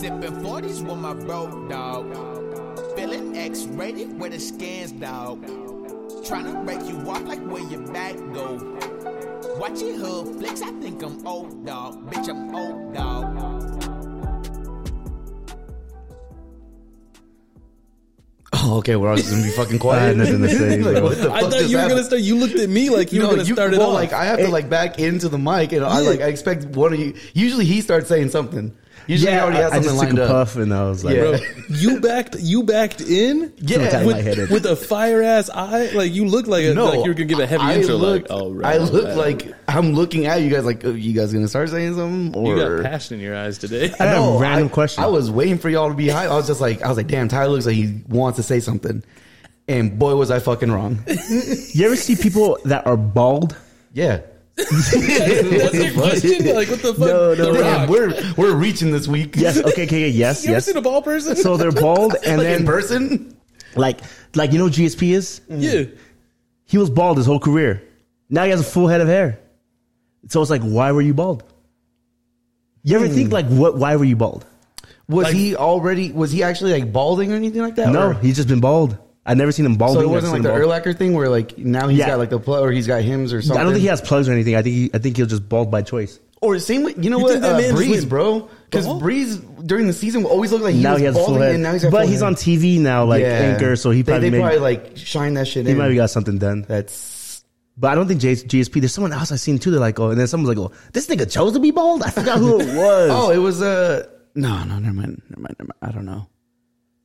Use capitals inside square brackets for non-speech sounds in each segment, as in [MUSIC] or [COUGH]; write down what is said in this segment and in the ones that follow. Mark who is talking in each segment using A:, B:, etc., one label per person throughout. A: Sipping 40s with my bro, dog. Feeling X rated with the scans, dog. Tryna break you off like where your back go. Watching hood flicks, I think I'm old, dog. Bitch, I'm old, dog.
B: [LAUGHS] okay, we're all just gonna be fucking quiet.
C: nothing to
B: [LAUGHS]
C: say,
B: Like,
C: bro.
B: what the
C: I
B: fuck
D: I thought
B: just
D: you were gonna
B: happened?
D: start. You looked at me like you
B: No,
D: were gonna
B: you-
D: start it
B: well,
D: off.
B: Like I have to like back into the mic, and I
D: Yeah.
B: like I expect one of you. Usually he starts saying something. Usually I already
C: I,
B: has
C: I
B: something
C: just took
B: lined
C: a
B: up.
C: puff and I was
B: [LAUGHS]
C: like,
B: Yeah.
D: bro, you backed you backed in.
B: Yeah. Sometimes
C: I
D: with,
C: hit it.
D: with a fire ass eye. Like you looked like a,
B: No,
D: like you were gonna give a heavy
B: I
D: intro.
B: Look,
D: like oh,
B: I look like I'm looking at you guys. Like, oh, you guys gonna start saying something? Or
D: you got passion in your eyes [LAUGHS] today.
C: I had
B: No,
C: a random
B: I-
C: question.
B: I was waiting for y'all to be high. I was just like, I was like, damn, Tyler looks like he wants to say something. And boy, was I fucking
D: [LAUGHS]
B: wrong.
C: you ever see people that are bald?
B: Yeah.
D: That's your question. Like what the fuck?
C: No, no,
D: the
C: no.
D: rock.
B: Damn, we're we're reaching this week.
C: Yes. Okay. Okay. Yes.
D: You ever
C: yes.
D: seen a ball
B: [LAUGHS]
D: person?
C: So they're bald, and
B: like in
C: then
B: person.
C: like like you know who GSP is
D: yeah.
C: he was bald his whole career. Now he has a full head of hair. So it's like, why were you bald? You ever
B: Hmm.
C: think like, what? Why were you bald?
B: Was
D: Like-
B: he already? Was he actually like balding or anything like that?
C: No,
B: Or-
C: he's just been bald. I've never seen him balding.
B: so it
C: I've
B: wasn't like
C: seen
B: the
C: him bald.
B: Erlacher thing where like now he's
C: Yeah.
B: got like the plug or he's got hymns or something.
C: I don't think he has plugs or anything. I think he, I think he'll just bald by choice.
B: Or same with you know
D: You
B: what
D: think that
B: uh,
D: man just
B: Breeze,
D: went
B: bro? Because
D: bald?
B: Breeze during the season always looked like he
C: now
B: was
C: he has a full
B: balding,
C: head,
B: and now he's got
C: but
B: full
C: he's
B: hair.
C: on TV now, like
B: Yeah.
C: anchor. So he
B: They-
C: probably,
B: they,
C: made,
B: probably like shine that shit.
C: he
B: in.
C: probably got something done.
B: That's
C: But I don't think J- GSP. There's someone else I seen too. They're like, oh, and then someone's like, oh, this nigga chose to be bald. I forgot who
B: [LAUGHS]
C: [LAUGHS] it was.
B: oh, it was uh no no never mind never mind never mind I don't know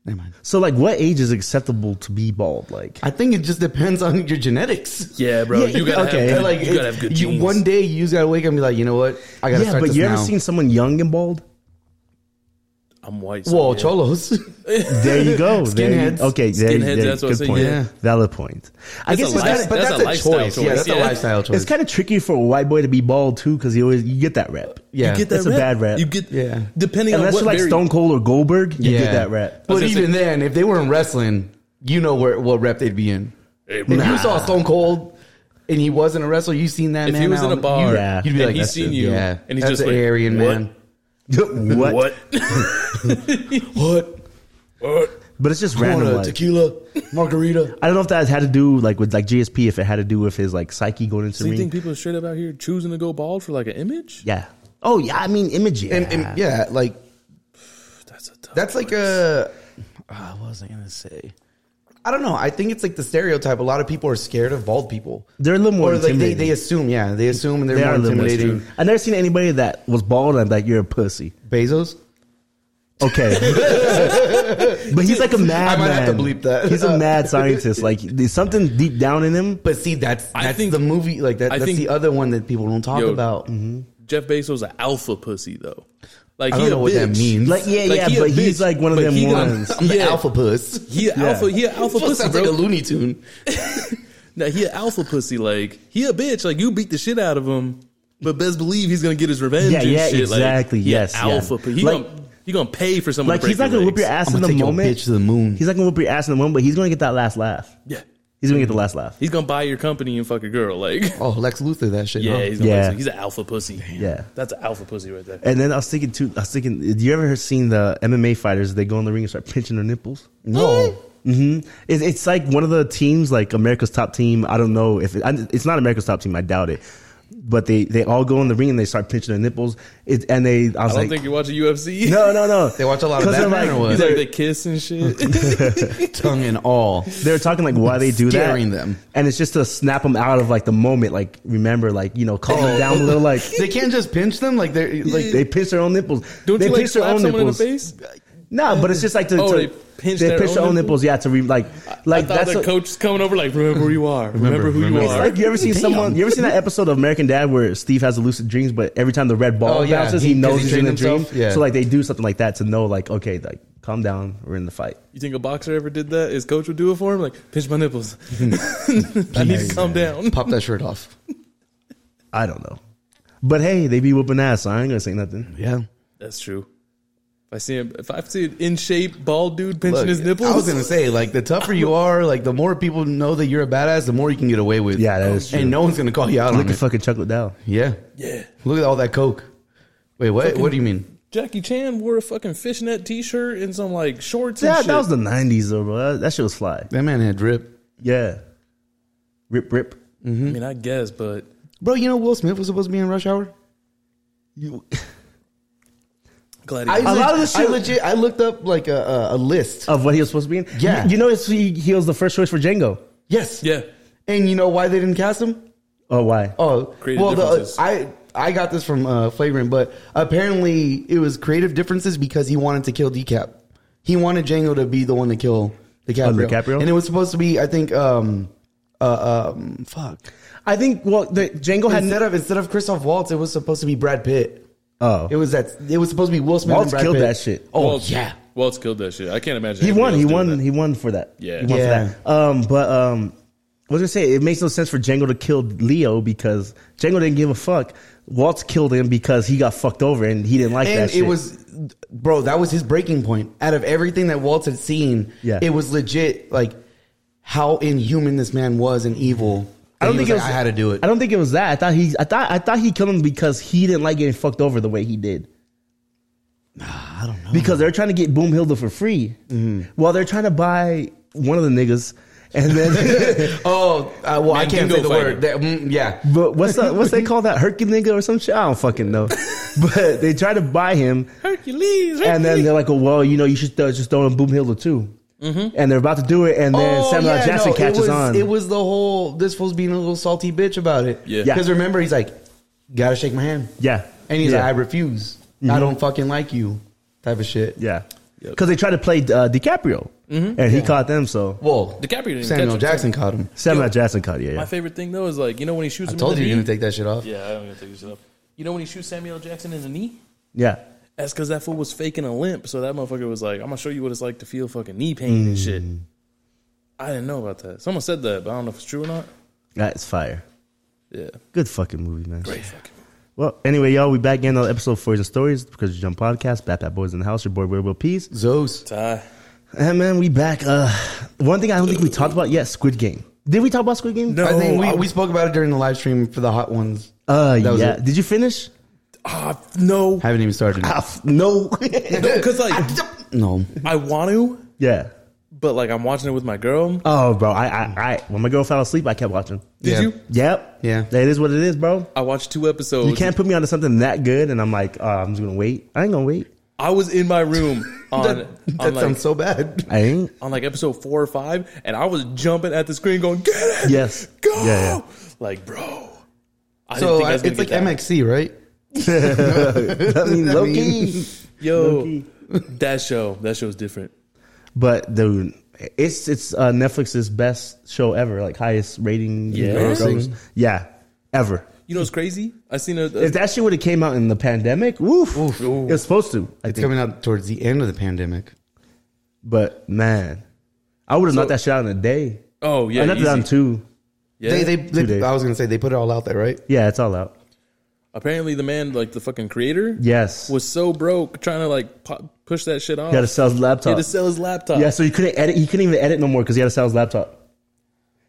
B: never mind.
C: So like, what age is acceptable to be bald? Like,
B: I think it just depends on your genetics.
D: Yeah, bro. you gotta
C: okay.
D: have good,
B: like
D: you gotta
B: it-
D: have good
B: you-
D: genes.
B: one day you just gotta wake up and be like, you know what? I gotta
C: yeah,
B: start
C: but
B: this
C: you
B: now.
C: ever seen someone young and bald?
D: I'm white. so
B: Whoa,
D: yeah.
B: cholos. [LAUGHS]
C: There you go. There you-
B: Skinheads.
C: okay, there,
D: Skinheads,
C: there-
D: that's what I
C: good
D: said,
C: point.
B: yeah.
C: Valid point. I
D: That's
C: guess
D: a
C: it's
D: life-
C: kind of,
D: that's a lifestyle
B: Yeah,
D: choice,
B: that's a
D: yeah.
B: lifestyle choice.
C: it's kind of tricky for a white boy to be bald too because you always you get that rep.
B: yeah,
D: You get that
C: That's a
D: rap.
C: bad rap.
D: You get
B: Yeah.
D: depending on
C: Unless
D: what
C: you're like
D: very-
C: Stone Cold or Goldberg, you
B: yeah.
C: get that rep. [LAUGHS]
B: But
D: I was
B: even
D: gonna
B: then, if they weren't wrestling, you know where what rep they'd be in. if you saw Stone Cold and he wasn't a wrestler, you seen that
D: If
B: man.
D: he was
B: out-
D: in a bar,
B: you-
C: Yeah.
B: you'd be
D: and
B: like,
D: he's
B: that's
D: seen
B: the-
D: you,
B: yeah,
D: and he's
B: that's
D: just
B: an
D: like,
B: Aryan
D: what?
B: man.
C: what?
B: What?
C: But it's just random.
D: uh,
C: like-
B: tequila, margarita.
C: I don't know if that had to do like with like GSP. If it had to do with his like psyche going into
D: So
C: the
D: you
C: ring.
D: think people are straight up out here choosing to go bald for like an image?
C: yeah. Oh yeah. I mean, image. Yeah.
B: And, and yeah, like
D: That's a tough.
B: that's like a. ah, what was I gonna say? I don't know. I think it's like the stereotype. A lot of people are scared of bald people.
C: They're a little more
B: or like they,
C: intimidating.
B: they assume, yeah, they assume and they're
C: they
B: more
C: are a little more
B: intimidating.
C: intimidating. I never seen anybody that was bald and I'm like you're a pussy.
B: Bezos. [LAUGHS]
C: Okay. but he's like a madman.
B: might have to bleep that.
C: He's
B: [LAUGHS]
C: a mad scientist. Like there's something deep down in him.
B: But see, that's that's
D: I think-
B: the movie. Like that,
D: I
B: that's
D: think-
B: the other one that people don't talk
D: Yo,
B: about.
D: Jeff Bezos an alpha pussy though. Like
B: I
D: he
B: don't
D: a
B: know what that
D: bitch.
B: means.
C: Like yeah,
D: Like,
C: yeah,
D: he a
C: but he's
D: bitch,
C: like one of
D: but
C: them
D: he
B: [LAUGHS]
D: got-
C: ones.
B: [LAUGHS] I'm the
D: Yeah.
B: alpha puss.
D: He a
C: Yeah.
D: alpha. He
B: [LAUGHS]
D: a [LAUGHS] alpha
B: Fuck,
D: pussy,
B: sounds
D: bro.
B: like a Looney Tune.
D: now he a alpha pussy. Like he a bitch. Like you beat the shit out of him, but best believe he's gonna get his revenge.
C: Yeah,
D: and
C: yeah,
D: shit. Like,
C: exactly.
D: he a
C: Yes, yeah.
D: alpha. pu- He
C: Like-
D: gonna he gonna pay for someone.
C: Like
D: to break
C: he's not
D: your
C: gonna whip your
D: legs.
C: ass
B: I'm
C: in
B: gonna
C: the
B: take your
C: moment.
B: bitch to the moon.
C: He's not gonna whip your ass in the moment, but he's gonna get that last laugh.
D: Yeah,
C: He's gonna get the last laugh.
D: he's gonna buy your company and fuck a girl. Like [LAUGHS]
B: oh, Lex Luthor, that shit.
D: yeah,
B: huh?
D: he's gonna
C: Yeah.
D: yeah. he's an alpha pussy.
C: Yeah.
D: that's an alpha pussy right there.
C: And then I was thinking too. I was thinking, do you ever seen the MMA fighters? They go in the ring and start pinching their nipples.
B: no.
C: hmm It, it's like one of the teams, like America's Top Team. I don't know if it, I, it's not America's Top Team. I doubt it. But they, they all go in the ring and they start pinching their nipples. It, and they,
D: I
C: I was
D: don't
C: like,
D: think you watch a UFC.
C: [LAUGHS] no, no, no.
B: They watch a lot of
C: 'Cause they're
B: Batman or
D: [LAUGHS] He's
B: what?
D: like they kiss and
C: [LAUGHS]
D: shit.
B: Tongue and all.
C: they're talking like why they do
B: Scaring
C: that,
B: them.
C: and it's just to snap them out of like the moment. Like remember, like you know, calm them down a little. Like
B: They can't just pinch them like they're like.
C: like they pinch their own nipples.
D: Don't
C: they
D: you like
C: pinch
D: slap someone in the face?
C: No, but it's just like to,
D: Oh,
C: to-
D: they pinch their own
C: nipples. Yeah, to re, like like
D: I thought
C: that's
D: the
C: a-
D: coach is coming over like, remember who you are. Remember, who you
C: It's
D: are.
C: like you ever seen
B: Damn.
C: someone? You ever
B: [LAUGHS]
C: seen that episode of American Dad where Steve has the lucid dreams, but every time the red ball
B: Oh, yeah.
C: bounces,
B: He-
C: he,
B: 'cause
C: knows
B: he
C: he's in the
B: trained
C: dream.
B: himself? Yeah.
C: So like they do something like that to know, like okay, like calm down, we're in the fight.
D: you think a boxer ever did that? His coach would do it for him? Like, pinch
B: [LAUGHS]
D: my nipples. [LAUGHS] I need to calm down.
B: pop that shirt off.
C: I don't know, but hey, they be whooping ass. So I ain't gonna say nothing.
B: Yeah.
D: That's true. If I see him, if I see an in shape bald dude pinching
B: Look,
D: his nipples,
B: I was gonna say, like, the tougher you are, like, the more people know that you're a badass, the more you can get away with.
C: Yeah, that is true.
B: And no one's gonna call you out
C: Look
B: on
C: at
B: it.
C: fucking Chuck Liddell.
B: yeah,
D: yeah.
B: look at all that coke. Wait, what? what do you mean?
D: Jackie Chan wore a fucking fishnet T-shirt and some like shorts. and
C: Yeah,
D: shit.
C: that was the '90s though, bro. That, that shit was fly.
B: That man had drip.
C: Yeah, rip, rip.
D: I mean, I guess, but
B: Bro, you know Will Smith was supposed to be in Rush Hour?
C: You,
D: glad.
B: I,
D: he-
B: a lot of the
C: I-
B: shit. I legit, I looked up like a, a, a list.
C: of what he was supposed to be in.
B: Yeah.
C: you, you notice he, he was the first choice for Django.
B: yes.
D: yeah,
B: And you know why they didn't cast him?
C: Oh, why?
B: Oh,
D: Creative
B: well, the,
D: differences.
B: I I got this from uh, Flagrant, but apparently it was creative differences because he wanted to kill DeCap. He wanted Django to be the one to kill DiCaprio,
C: DiCaprio?
B: and it was supposed to be, I think, um, uh, um, fuck.
C: I think well, the, Django had
B: Instead of instead of Christoph Waltz, it was supposed to be Brad Pitt.
C: oh,
B: It was that it was supposed to be Will Smith.
C: Waltz
B: and Brad
C: killed
B: Pitt.
C: that shit.
B: Oh
D: Waltz-
B: yeah,
D: Waltz killed that shit. I can't imagine.
C: he
D: anybody
C: won.
D: else
C: He
D: doing
C: won.
D: that.
C: He won for that.
D: Yeah.
C: he won
B: Yeah.
C: for that. Um, but um, what was I gonna say? It makes no sense for Django to kill Leo because Django didn't give a fuck. Waltz killed him because he got fucked over and he didn't like
B: and
C: that.
B: it
C: shit.
B: was, bro, that was his breaking point. Out of everything that Waltz had seen,
C: Yeah.
B: it was legit. Like how inhuman this man was and evil.
C: I don't think
B: he
C: it
B: was
C: was,
B: like, I had to do it.
C: I don't think it was that. I thought he. I thought. I thought he killed him because he didn't like getting fucked over the way he did. I don't know. Mm-hmm. Because they're trying to get Boom Hilda for free. Well, they're trying to buy one of the niggas, and [LAUGHS] then.
B: Oh, uh, well, I can't
D: Mandingo
B: say the
D: fighter.
B: word. That- mm, yeah.
C: But what's the, what's they call that Herky nigga or some shit? I don't fucking know. But they try to buy him,
D: Hercules.
C: and then they're like, oh, "Well, you know, you should th- just throw in Boom Hilda too." And they're about to do it, and then Samuel L.
B: Mm-hmm. Oh,
C: Jackson
B: no,
C: catches
B: it was,
C: on.
B: It was the whole this fool's being a little salty bitch about it.
D: Yeah. Yeah.
B: Because remember, he's like, gotta shake my hand.
C: yeah,
B: And he's
C: yeah.
B: like, I refuse. I don't fucking like you. Type of shit.
C: Yeah.
D: Yep.
C: Because they tried to play uh, DiCaprio, and he caught them. So
B: Mm-hmm. Well,
D: DiCaprio didn't catch
B: Samuel
D: him.
B: Jackson caught him.
C: Samuel L. Jackson caught. Yeah,
D: My
C: yeah.
D: favorite thing though is like you know when he shoots.
B: I
D: him
B: told
D: in
B: you
D: the
B: you're
D: knee?
B: gonna take that shit off.
D: Yeah, I'm gonna take this up. You know when he shoots Samuel L. Jackson in the knee?
C: yeah.
D: That's because that fool was faking a limp. So that motherfucker was like, "I'm gonna show you what it's like to feel fucking knee pain
B: Mm.
D: and shit." I didn't know about that. Someone said that, but I don't know if it's true or not.
C: That's fire.
D: Yeah,
C: Good fucking movie, man.
D: great fucking.
C: Well, anyway, y'all, we back in on episode four of the stories because you jump podcast. Bat Bat Boys in the house. Your boy, Real Real Peace.
B: Zeus.
D: Ty,
C: And man, we back. Uh, one thing I don't think we talked about yet: Squid Game. Did we talk about Squid Game?
B: I think we,
C: Oh,
B: we spoke about it during the live stream for the hot ones.
C: Uh,
B: That was
C: yeah.
B: it.
C: Did you finish?
D: ah,
B: [LAUGHS]
D: no,
B: Haven't even started.
C: Ah, f- no.
D: because like
B: no.
D: I want to,
C: [LAUGHS] yeah.
D: but like I'm watching it with my girl.
C: Oh, bro. I, I, I, when my girl fell asleep, I kept watching.
D: Did
B: Yeah.
D: you?
C: Yep.
B: Yeah.
C: That is what it is, bro.
D: I watched two episodes.
C: You can't put me onto something that good, and I'm like, oh, I'm just gonna wait. I ain't gonna wait.
D: I was in
B: [LAUGHS]
D: my room on
B: that
D: on
B: that
D: like
B: sounds so bad.
C: I ain't.
D: on like episode four or five, and I was jumping at the screen going, "Get it,
C: Yes.
D: go!"
C: Yeah, yeah.
D: Like, bro, I
B: So
D: I
B: I,
D: was gonna
B: it's like
D: get that.
B: MXC, right?
C: [LAUGHS] I mean, low key. [LAUGHS]
D: Yo, that show, that show's different.
C: But dude, it's it's uh, Netflix's best show ever, like highest rating. you know,
D: Yeah.
C: gross. yeah, ever.
D: You know what's crazy? I seen a, a
C: If that shit would have came out in the pandemic, woof,
B: Oof.
C: it was supposed to. I
B: It's
C: think,
B: coming out towards the end of the pandemic.
C: but man, I would have knocked that shit out in a day.
D: oh yeah,
C: I knocked it out in
D: easy.
C: two.
D: yeah.
B: They, they,
C: days.
B: they I was gonna say they put it all out there, right?
C: Yeah, it's all out.
D: apparently the man like the fucking creator
C: Yes,
D: was so broke trying to like po- push that shit off.
C: he had to sell his
D: He had
C: laptop.
D: to sell his laptop.
C: yeah, so he couldn't edit. He couldn't even edit no more because he had to sell his laptop.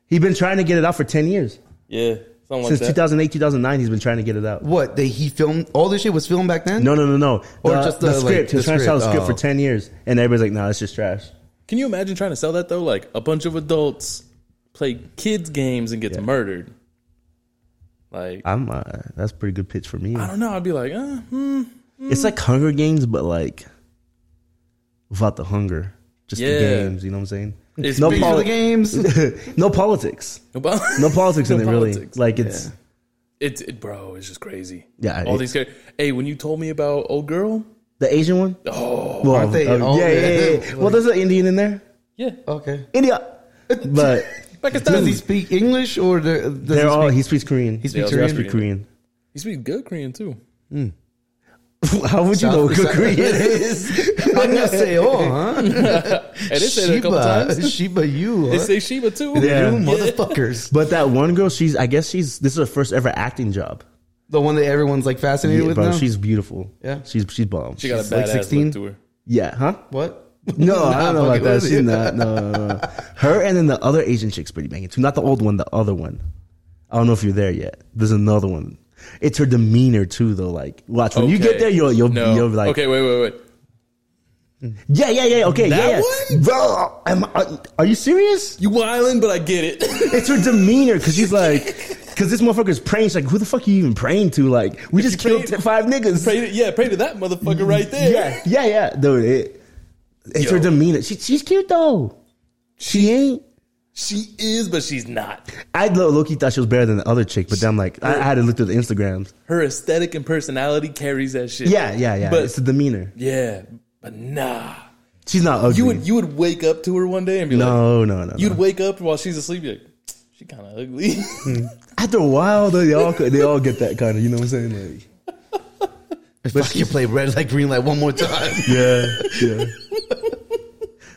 C: He'd been trying to get it out for ten years
D: yeah, something like
C: since
D: that.
C: 2008, 2009. He's been trying to get it out.
B: What they he filmed all this shit was filmed back then.
C: No, no, no, no.
B: Or
C: the,
B: just
C: the,
B: the, like,
C: script. he was
B: the
C: trying to sell the
B: script.
C: script for
B: Oh.
C: ten years, and everybody's like, "No, nah, it's just trash."
D: Can you imagine trying to sell that though? Like a bunch of adults play kids games and gets murdered. Like
C: I'm. Uh, that's a pretty good pitch for me.
D: I don't know. I'd be like, uh, hmm.
C: It's like Hunger Games, but like without the hunger, just
D: Yeah.
C: the games. You know what I'm saying?
D: It's
C: no,
D: big
B: For the
D: [LAUGHS]
C: poli-
B: games. [LAUGHS]
C: [LAUGHS] no politics.
D: about-
C: No politics in it. Really,
D: politics.
C: like it's.
D: It's [LAUGHS] it, bro. It's just crazy.
C: Yeah,
D: all
C: it-
D: these guys. Hey, when you told me about old girl,
C: The Asian one?
D: oh
C: Well,
B: aren't they
C: uh,
B: all-
C: yeah, yeah, yeah, yeah.
B: Like-
C: well, there's an Indian in there.
D: yeah,
B: okay. [LAUGHS]
C: India. But
B: Does
D: Pakistan.
B: he
D: He
B: speak English or the- does he
C: they're all,
B: speak-
C: he speaks Korean. He
D: speaks
C: He
D: Korean.
C: speaks Korean.
D: speaks good Korean too.
C: [LAUGHS] How would you know
B: South-
C: what good
B: South-
C: Korean
B: It
C: is?
B: is. [LAUGHS] I'm gonna say, oh,
C: [LAUGHS]
B: huh?
D: Hey, they said it a couple
B: [LAUGHS]
D: times.
B: Sheba, Sheba, you,
D: They
B: huh?
D: say Sheba too.
C: Yeah.
B: you motherfuckers.
C: But that one girl, she's I guess she's this is her first ever acting job.
B: The one that everyone's like fascinated
C: Yeah,
B: with
C: bro,
B: now.
C: she's beautiful.
B: Yeah.
C: she's she's bomb.
D: She got a
B: She's like
D: badass
B: 16?
D: look to her.
C: yeah, huh?
B: what? [LAUGHS]
D: [LAUGHS]
C: No, I don't know
B: fucking
C: about that.
B: with
C: She's
B: you.
C: not. No, no, no, no. her and then the other Asian chick's pretty banging too. Not the old one, the other one. I don't know if you're there yet. There's another one. It's her demeanor too, though. Like, watch when you get
D: Okay.
C: there, you'll you'll,
D: No.
C: you'll be like,
D: okay, wait, wait, wait.
C: yeah, yeah, yeah, okay,
D: That
C: yeah, yeah.
D: one?
C: Bro, am I- are you serious?
D: You wildin', but I get it. [LAUGHS]
C: It's her demeanor because she's like, because this motherfucker's praying. She's like, who the fuck are you even praying to? Like, we just
D: you
C: killed
D: prayed-
C: t- five niggas.
D: pray to, yeah, pray to that motherfucker right there.
C: Yeah, yeah, yeah, dude. It, it's
D: Yo.
C: her demeanor. She, she's cute though. She ain't.
D: She is, but she's not.
C: I low low key thought she was better than the other chick, but then I'm like, I, I had to look through the Instagrams.
D: Her aesthetic and personality carries that shit.
C: Yeah, yeah, yeah.
D: But-
C: it's the demeanor.
D: Yeah, but nah.
C: She's not ugly.
D: You would you would wake up to her one day and be like,
C: no, no, no.
D: you'd
C: no.
D: wake up while she's asleep. You're like, she kind of ugly. [LAUGHS]
C: After a while, though, they all they all get that kind of. You know what I'm saying? Like,
B: [LAUGHS] If I could play red light, green light one more time,
C: [LAUGHS] yeah, yeah.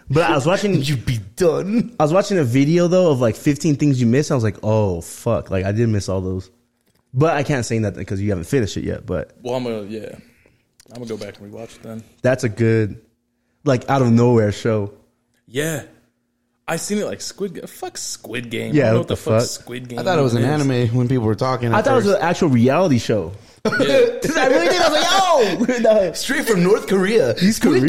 C: But I was
B: [LAUGHS]
C: watching.
B: you'd be done.
C: I was watching a video though of like 15 things you miss. I was like, oh fuck, like I did miss all those. But I can't say nothing because you haven't finished it yet. But
D: well, I'm gonna yeah, I'm gonna go back and rewatch it then.
C: that's a good, like out of nowhere show.
D: Yeah, I seen it like Squid Game. Fuck Squid Game.
C: Yeah,
D: I don't know
C: what
D: what
C: the
D: the, fuck
C: fuck?
D: Squid Game.
B: I thought it was an
D: is.
B: anime when people were talking.
C: I thought it was an actual reality show. [LAUGHS] I really did. I was like, yo, [LAUGHS] no.
B: straight from North Korea. These
C: Korean.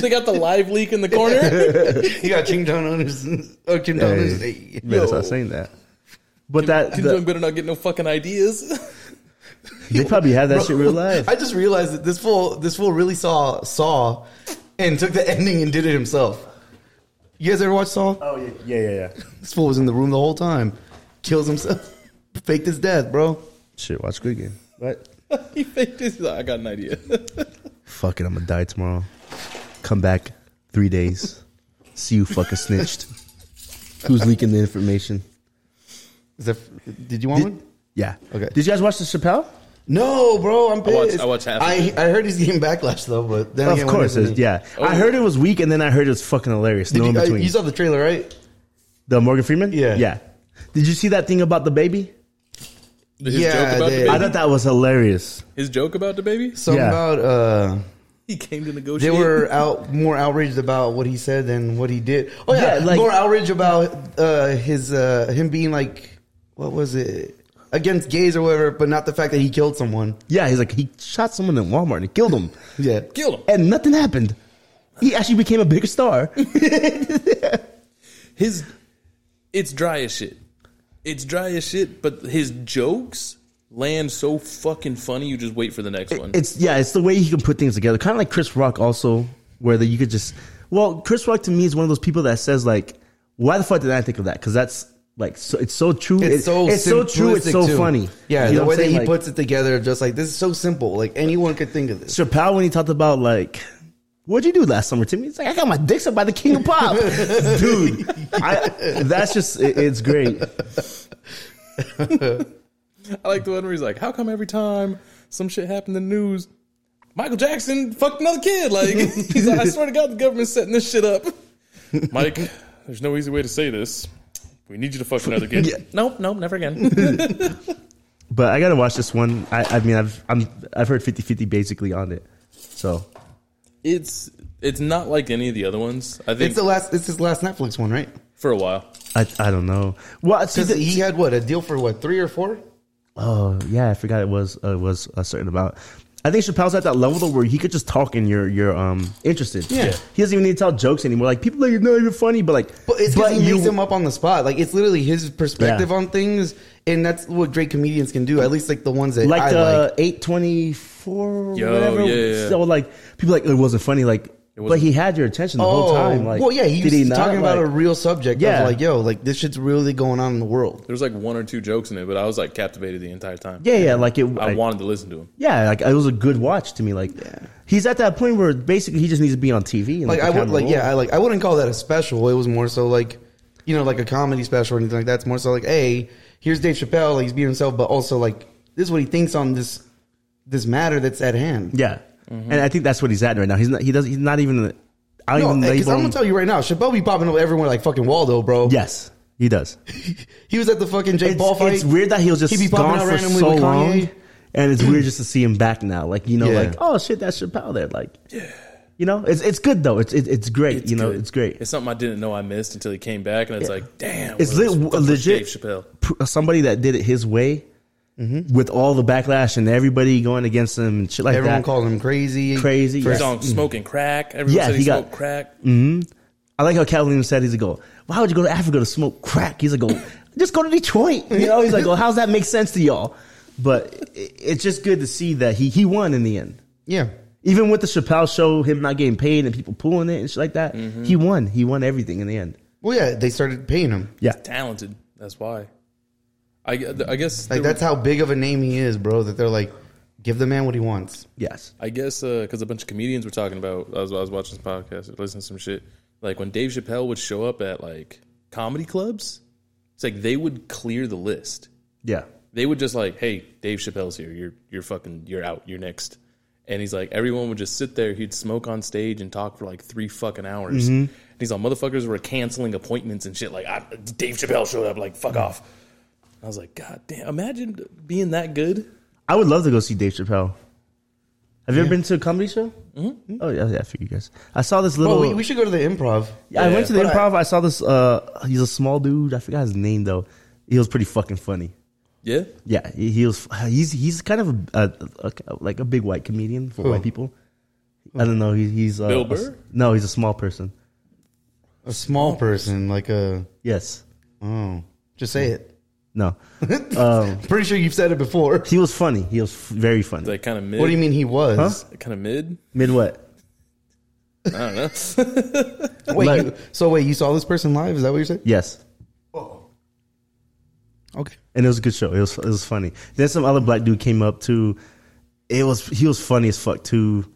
D: they got the live leak
B: [LAUGHS]
D: in the corner.
B: you got Kim Jong Un. Oh, Kim Jong Un.
C: Hey, man, that's not saying that. But that
D: Kim
C: the-
D: Jong better not get no fucking ideas. [LAUGHS]
C: they probably had that shit real life.
B: I just realized that this fool, this fool really saw Saw, and took the [LAUGHS] ending and did it himself. You guys ever watch Saw?
C: oh yeah, yeah, yeah, yeah.
B: This fool was in the room the whole time. Kills himself. [LAUGHS] Faked his death, bro.
C: Shit, watch Squid Game. What?
D: he faked this. He's like, I got an idea. [LAUGHS]
C: Fuck it, I'm gonna die tomorrow. Come back three days. See you fucking snitched. Who's leaking the information?
B: Is that? Did you want one?
C: Yeah.
B: Okay.
C: Did you guys watch the Chappelle?
B: No, bro. I'm
D: I watched-
B: pissed.
D: I watched half of
B: I, I heard he's getting backlash though, but then
C: Of
B: again,
C: course,
B: whenever
C: it's-
B: he-
C: yeah.
D: Oh.
C: I heard it was weak, and then I heard it was fucking hilarious.
B: Did
C: no
B: you,
C: in
B: uh,
C: between.
B: you saw the trailer, right?
C: the Morgan Freeman.
B: Yeah.
C: yeah. Did you see that thing about the baby?
D: His
B: Yeah,
D: joke about
B: they-
D: the
C: I
D: baby.
C: thought that was hilarious.
D: His joke about the baby.
B: Something
C: Yeah.
B: about uh,
D: He came to
B: they
D: negotiate.
B: were out more outraged about what he said than what he did. Oh yeah,
C: Yeah, like-
B: more outraged about uh, his uh, him being like, what was it against gays or whatever, but not the fact that he killed someone.
C: Yeah, he's like he shot someone in Walmart and killed him,
B: Yeah,
D: killed him.
C: and nothing happened. He actually became a
B: [LAUGHS]
C: bigger star.
D: his it's dry as shit. It's dry as shit, but his jokes land so fucking funny. You just wait for the next one.
C: It's yeah, it's the way he can put things together. Kind of like Chris Rock, also, where that you could just well, Chris Rock to me is one of those people that says like, why the fuck did I think of that? Because that's like so, it's so true.
B: it's
C: It-
B: so
C: it's so true. It's
B: simplistic,
C: so
B: too.
C: funny.
B: Yeah,
C: You know
B: the
C: what
B: way that
C: I'm saying?
B: he
C: Like,
B: puts it together, just like this is so simple. Like anyone could think of this.
C: Chappelle when he talked about like. What'd you do last summer, Timmy? It's like I got my dick sucked by the King
B: [LAUGHS]
C: of Pop, dude. I, that's just it, it's great.
D: I like the one where he's like, "How come every time some shit happened in the news, Michael Jackson fucked another kid?" Like he's like, "I swear to God, the government's setting this shit up." Mike, there's no easy way to say this. We need you to fuck another kid.
C: Yeah.
D: Nope, nope, never again.
C: But I gotta watch this one. I, I mean, I've I'm, I've heard 50-50 basically on it. So
D: it's it's not like any of the other ones. I think
B: It's the last. It's his last Netflix one, right?
D: for a while.
C: I I don't know. Well, see,
B: Because
C: the-
B: he had what a deal for what three or four.
C: Oh yeah, I forgot it was uh, it was a certain amount. I think Chappelle's at that level though where he could just talk and you're you're um interested.
B: Yeah.
C: he doesn't even need to tell jokes anymore. Like people are not even funny, but like
B: But it's because he
C: you-
B: makes him up on the spot. Like it's literally his perspective
C: Yeah.
B: on things, and that's what great comedians can do. At least like the ones that
C: like
B: I
C: the
B: like.
C: eight twenty four
D: Yo,
C: whatever.
D: yeah, yeah.
C: So like people like it wasn't funny. Like but
D: wasn't.
C: he had your attention the whole time. Like
B: Oh, well, yeah, he was
C: did he not?
B: talking about
C: Like,
B: a real subject.
C: Yeah.
B: of like yo, like this shit's really going on in the world.
D: There was like one or two jokes in it, but I was like captivated the entire time.
C: yeah yeah like it.
D: I
C: like-
D: wanted to listen to him.
C: yeah like it was a good watch to me. Like he's at that point where basically he just needs to be on TV. And,
B: Like I
C: the
B: would,
C: camera
B: like yeah,
C: rolls.
B: I like I wouldn't call that a special. It was more so like, you know, like a comedy special or anything like that. It's more so like, hey, here's Dave Chappelle. Like, he's being himself, but also like this is what he thinks on this this matter that's at hand.
C: yeah. And I think that's what he's at right now. He's not. He doesn't. He's not even.
B: Mm-hmm. No,
C: I don't even
B: because
C: label
B: I'm gonna
C: him-
B: tell you right now, Chappelle be popping up everywhere like fucking Waldo, bro.
C: Yes, he does.
B: [LAUGHS] He was at the fucking Jake Paul
C: It's,
B: fight.
C: it's weird that he was just
B: He be popping
C: gone
B: out
C: for
B: randomly
C: so
B: with Kanye.
C: long, and it's
B: [CLEARS THROAT]
C: weird just to see him back now. Like you know,
B: Yeah.
C: like oh shit, that's Chappelle there. Like you know, it's it's good though. It's it, it's great. you know,
D: good.
C: it's great.
D: It's something I didn't know I missed until he came back, and it's like, damn,
C: It's
D: what
C: lit-
D: the fuck was
C: legit.
D: Dave Chappelle.
C: P- Somebody that did it his way
B: Mm-hmm.
C: with all the backlash and everybody going against him and shit like
B: Everyone
C: that.
B: called him crazy.
C: Crazy.
B: For-
C: Yes. Mm.
D: He's on smoking crack. Everyone
C: Yeah,
D: said he,
C: he got- Mm.
D: smoked crack.
C: I like how Cat Williams said he's like, "Go, why would you go to Africa to smoke crack?" He's
B: [LAUGHS]
C: like, "Go, just go to Detroit." You know, he's like, "Well, how's that make sense to y'all?" But it, it's just good to see that he he won in the end,
B: Yeah.
C: even with the Chappelle show, him not getting paid and people pulling it and shit like that. He won. He won everything in the end.
B: Well, yeah, they started paying him.
C: Yeah,
D: Talented. That's why. I, gu- I guess
B: Like
D: the-
B: that's how big of a name he is, bro. That they're like, give the man what he wants.
C: yes,
D: I guess because a bunch of comedians were talking about. I was, I was watching this podcast, listening to some shit. Like when Dave Chappelle would show up at like comedy clubs, it's like they would clear the list.
C: yeah,
D: They would just like, "Hey, Dave Chappelle's here. You're you're fucking you're out. You're next." And he's like, everyone would just sit there. He'd smoke on stage and talk for like three fucking hours.
B: Mm-hmm.
D: And he's like, motherfuckers were canceling appointments and shit. Like, I, Dave Chappelle showed up. Like, fuck off. I was like, God damn! Imagine being that good.
C: I would love to go see Dave Chappelle. Have you ever been to a comedy show? Mm-hmm. Oh yeah, yeah, I figured you guys. I saw this little.
B: Well, we, we should go to the improv.
C: I went to the
B: but I-
C: improv. I, saw this. Uh, he's a small dude. I forgot his name though. He was pretty fucking funny.
D: Yeah.
C: Yeah, he, he was. He's he's kind of a, a, a like a big white comedian for white people. I don't know. He, he's uh,
D: Bill
C: a-
D: Burr?
C: no, he's a small person.
B: A small person, like a
C: Yes.
B: oh, just say it.
C: No. um,
B: Pretty sure you've said it before.
C: he was funny. He was f- very funny.
D: Like kind of mid.
B: What do you mean he was?
D: Kind of mid.
C: Mid what?
D: I don't know. [LAUGHS]
B: [LAUGHS] Wait,
C: Like-
B: you, so wait, you saw this person live? Is that what you're saying?
C: Yes.
B: Okay.
C: and it was a good show. It was it was funny. Then some other black dude came up too. It was he was funny as fuck too.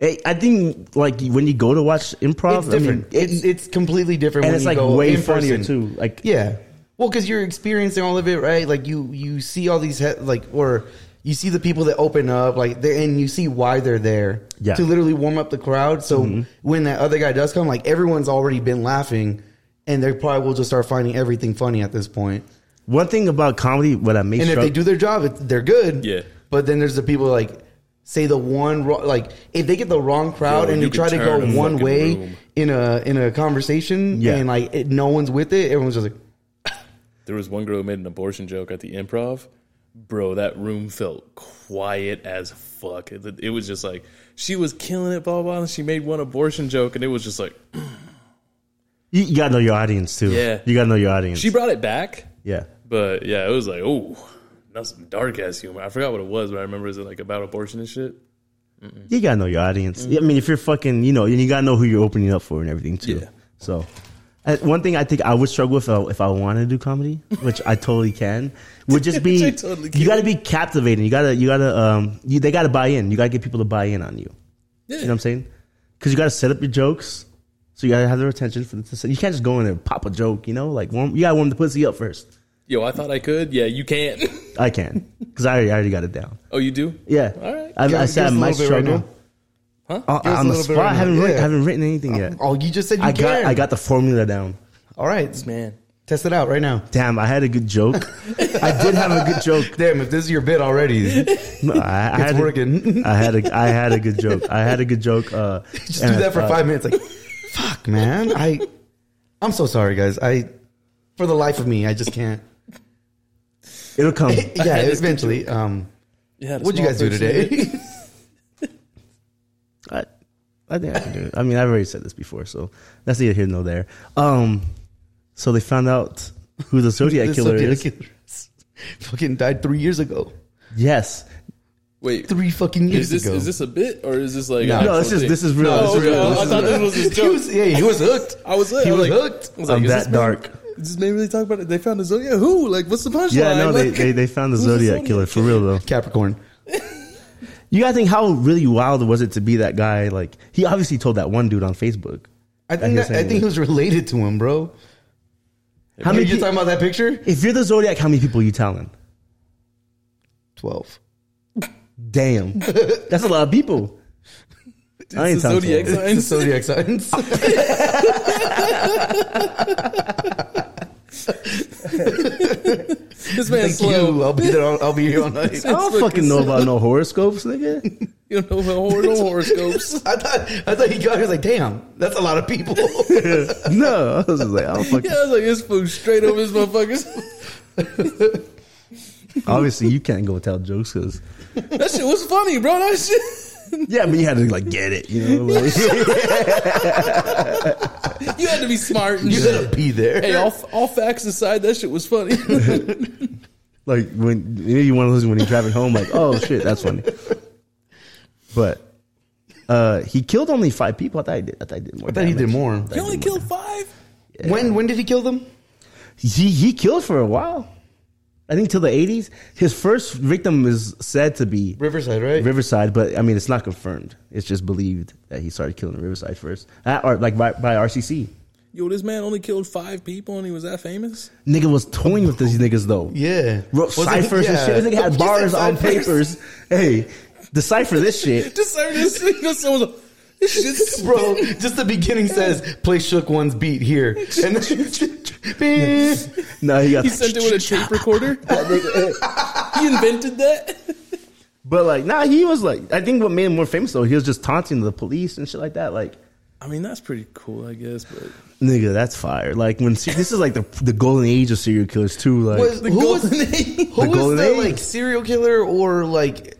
C: I I think like when you go to watch improv,
B: It's different.
C: I mean,
B: it's it's completely different.
C: and
B: when
C: it's
B: you
C: like
B: go
C: way
B: in
C: funnier
B: person.
C: too. Like
B: Yeah. Well, because you're experiencing all of it, right? Like you you see all these he- like or you see the people that open up, like they and you see why they're there
C: Yeah. Mm-hmm.
B: to literally warm up the crowd. So when that other guy does come, like everyone's already been laughing, and they probably will just start finding everything funny at this point.
C: one thing about comedy, what I made
B: And if
C: struggle,
B: they do their job, it, they're good.
D: Yeah.
B: But then there's the people who, like say the one wrong, like if they get the wrong crowd
D: Yo,
B: and
D: you
B: they try to
D: could
B: go
D: turn a
B: one
D: fucking
B: way
D: room.
B: in a in a conversation
C: Yeah.
B: and like it, no one's with it, everyone's just like.
D: There was one girl who made an abortion joke at the improv. Bro, that room felt quiet as fuck. It, it was just like she was killing it, blah blah. blah, And she made one abortion joke, and it was just like
C: you, you gotta know your audience too.
D: Yeah.
C: you gotta know your audience.
D: she brought it back.
C: yeah,
D: But yeah, it was like oh, that's some dark ass humor. I forgot what it was, but I remember it was like about abortion and shit.
C: you gotta know your audience.
D: Mm-hmm.
C: I mean, if you're fucking, you know, and you gotta know who you're opening up for and everything too.
D: Yeah.
C: So. uh, One thing I think I would struggle with uh, if I wanted to do comedy, which I totally can, would
D: [LAUGHS]
C: just be
D: Which I totally
C: you
D: can.
C: got to be captivating. You gotta you gotta um you, they gotta buy in. You gotta get people to buy in on you. You know what I'm saying? Because you gotta set up your jokes, so you gotta have their attention for this. You can't just go in and pop a joke. You know, like warm, you gotta warm the pussy up first.
D: Yo, I thought I could. Yeah, you can't.
C: I can because I already, I already got it down.
D: [LAUGHS] oh, you do?
C: Yeah.
D: All right.
C: I,
B: Give-
C: I said I
B: give us a little
C: might
B: bit right
C: struggle.
D: Huh?
C: On-
B: Give us a
C: on the
B: little bit
C: spot,
B: right
C: I haven't,
B: now.
C: written,
B: Yeah.
C: I haven't written anything yet.
B: Oh, you just said you
C: I
B: can.
C: got, I got the formula down.
B: All right,
D: Man,
B: test it out right now.
C: Damn, I had a good joke. I did have a
B: [LAUGHS]
C: good joke.
B: Damn, if this is your bit already, it's
C: No, I, I had a-
B: working.
C: I had a, I had a good joke. I had a good joke. Uh,
B: [LAUGHS] just
C: and
B: do
C: I
B: that for
C: thought-
B: five minutes. Like, fuck, man. I, I'm so sorry, guys. I, for the life of me, I just can't. [LAUGHS]
C: It'll come.
B: Yeah, eventually. Um,
D: yeah.
B: what'd you guys do [LAUGHS] today?
C: I, I think I can do it. I mean, I've already said this before, so that's neither here nor there. Um, so they found out
B: [LAUGHS]
C: who the Zodiac
B: The
C: killer
B: Zodiac
C: is.
B: killer is- Fucking died three years ago.
C: Yes.
D: Wait,
B: Three fucking years
D: is this
B: ago.
D: is this a bit or is this like
B: No.
D: an
C: No,
D: actual
C: this is
D: thing?
C: this is real.
D: Oh,
C: This is
D: okay.
C: real.
D: I thought this
C: [LAUGHS]
D: was his
B: he
D: joke.
B: was, yeah, he was hooked.
D: I was hooked.
B: He
D: I
B: was
D: was like,
B: hooked.
D: I was like,
C: I'm
D: is this
C: that dark.
D: Is this man really talk about it? They found a Zodiac. Who? Like, what's the punchline?
C: Yeah, no, they,
D: Like,
C: they, they found the
D: who's the
C: Zodiac
D: Zodiac
C: killer for real though.
B: Capricorn.
C: You gotta think how really wild was it to be that guy? Like he obviously told that one dude on Facebook.
B: I
C: I
B: think
C: guess
B: that, I
C: anyway.
B: think he was related to him, bro.
C: How
B: Are
C: many?
B: you
C: peo-
B: talking about that picture?
C: if you're the Zodiac, how many people you telling?
B: Twelve.
C: Damn, that's a lot of people. I ain't
D: it's the
C: telling
D: Zodiac
C: someone.
B: It's the
D: signs.
B: zodiac
C: [LAUGHS]
B: signs.
D: This man's
B: Thank
D: slow.
B: you. I'll be there. All, I'll be here all
C: [LAUGHS]
B: night.
C: I don't fucking know about no horoscopes, nigga.
D: You don't know about no
C: [LAUGHS]
D: horoscopes.
B: I thought I thought he got. He was like, "Damn, that's a lot of people."
C: no, I was just like, I don't fucking.
D: Yeah, I was like, this flew straight over his motherfuckers.
C: Obviously, you can't go tell jokes because
D: That shit was funny, bro. That shit.
C: yeah, but you had to like get it, you know. Like, [LAUGHS]
D: you had to be smart and
B: You
D: shit.
B: gotta be there.
D: Hey, all, all facts aside, that shit was
C: [LAUGHS]
D: funny.
C: like when maybe one of those when he's driving home, like oh shit, that's funny. But uh, he killed only five people. I thought he did. I thought he did more.
B: I thought he did
C: damage.
B: more.
D: you only killed five.
B: When when did he kill them?
C: He he killed for a while. I think till the eighties. His first victim is said to be
B: Riverside, right?
C: Riverside, but I mean it's not confirmed. It's just believed that he started killing Riverside first, uh, or like by, by RCC.
D: Yo, this man only killed five people, and he was that famous.
C: Nigga was toying with these niggas though.
B: yeah.
C: Wrote
B: Was it-
C: ciphers and
B: yeah.
C: shit. This nigga
B: [LAUGHS] You
C: had
B: said
C: bars on
B: ciphers.
C: papers. Hey, decipher this shit.
D: Just I just just someone's like,
B: [LAUGHS]
D: this shit's
B: Bro, just the beginning says play shook one's beat here, and then [LAUGHS]
C: [LAUGHS] No, he got.
D: He sent it with a
C: [LAUGHS]
D: tape recorder. he invented that.
C: But like, nah, he was like. I think what made him more famous though, he was just taunting the police and shit like that. Like,
D: I mean, that's pretty cool, I guess. But
C: nigga, that's fire. Like when se- this is like the the golden age of serial killers too. Like,
B: was, who was
D: golden age.
B: who
C: The
B: was
C: golden
B: the
C: age.
B: like serial killer or like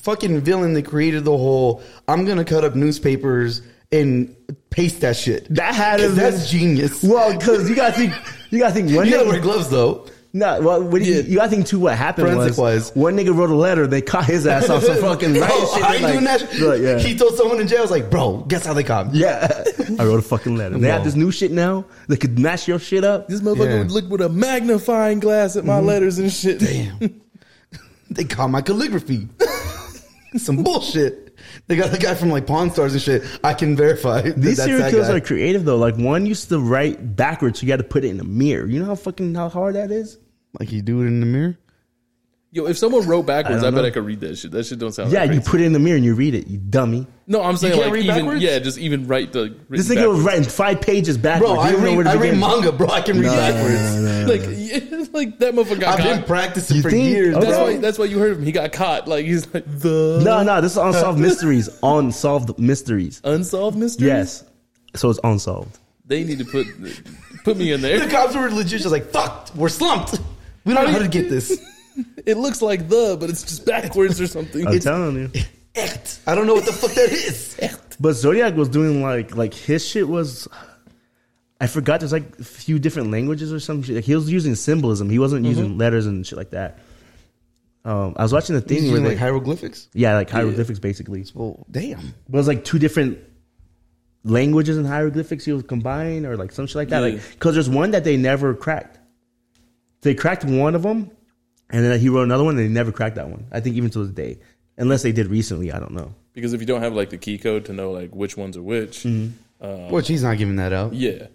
B: fucking villain that created the whole I'm gonna cut up newspapers and paste that shit.
C: That had
B: 'Cause
C: him-
B: that's genius.
C: well, because you gotta think, you gotta think one.
B: [LAUGHS] you gotta
C: nigga,
B: wear gloves though.
C: no, well, what do you,
D: Yeah.
C: you gotta think too. What happened was,
B: Forensic-wise.
C: one nigga wrote a letter. They caught his ass
D: [LAUGHS]
C: off
D: Oh,
C: some fucking riot
B: [LAUGHS] Bro,
C: shit.
B: I ain't
C: like-
B: doing that. shit.
C: like, yeah.
B: He told someone in jail, I was like, bro, guess how they caught me.
C: yeah, I wrote a fucking letter. They have this new shit now. They could mash your shit up.
D: This motherfucker
B: Yeah.
D: would look with a magnifying glass at my letters and shit.
B: Damn. they caught my calligraphy. [LAUGHS] Some bullshit. They got the guy from like Pawn Stars and shit. I can verify. that
C: These
B: that's
C: serial
B: that
C: killers
B: guy.
C: are creative though. Like one used to write backwards, so you got to put it in a mirror. You know how fucking how hard that is.
B: like you do it in the mirror.
D: Yo, if someone wrote backwards,
C: I
D: I,
C: don't
D: bet
C: know.
D: I could read that shit. That shit don't sound.
C: Yeah,
D: like
C: you
D: crazy.
C: put it in the mirror and you read it. You dummy.
D: no, I'm saying
B: You
D: like
B: can't read
D: even
B: backwards?
D: yeah, just even write the.
C: This
D: written
C: nigga was
D: backwards.
C: writing five pages backwards.
B: Bro,
C: He
B: I
C: didn't know where
B: read,
C: to
B: I read
C: begin.
B: manga, bro. I can read
C: Nah,
B: backwards.
D: [LAUGHS] like yeah, like that motherfucker got
B: I've been
D: caught.
B: practicing for
C: think?
B: years.
C: Okay.
D: That's
B: bro.
D: why. That's why you heard of him. He got caught. Like he's like the
C: No, no, this
B: [LAUGHS]
C: is unsolved mysteries. Unsolved mysteries.
D: unsolved mystery.
C: Yes. So it's unsolved.
D: they need to put put me in
B: The [LAUGHS]
D: there.
B: cops were legit just like, fuck, we're slumped. We don't know how to get this.
D: It looks like the, but it's just backwards or something.
C: I'm
D: It's
C: telling you.
B: Echt. I don't know what the fuck that is.
C: But Zodiac was doing like like his shit was. I forgot. There's like a few different languages or some shit. Like he was using symbolism. He
B: Mm-hmm.
C: wasn't using letters and shit like that. Um, I was watching the thing where
B: Using,
C: they,
B: like hieroglyphics?
C: yeah, like hieroglyphics basically.
B: Well, damn.
C: But it was like two different languages and hieroglyphics he was combining or like some shit like that.
D: Yeah.
C: Like because there's one that they never cracked. They cracked one of them, and then he wrote another one. and They never cracked that one. I think even to this day, unless they did recently. I don't know.
D: because if you don't have like the key code to know like which ones are which,
C: Mm-hmm.
B: Which he's not giving that out.
D: yeah.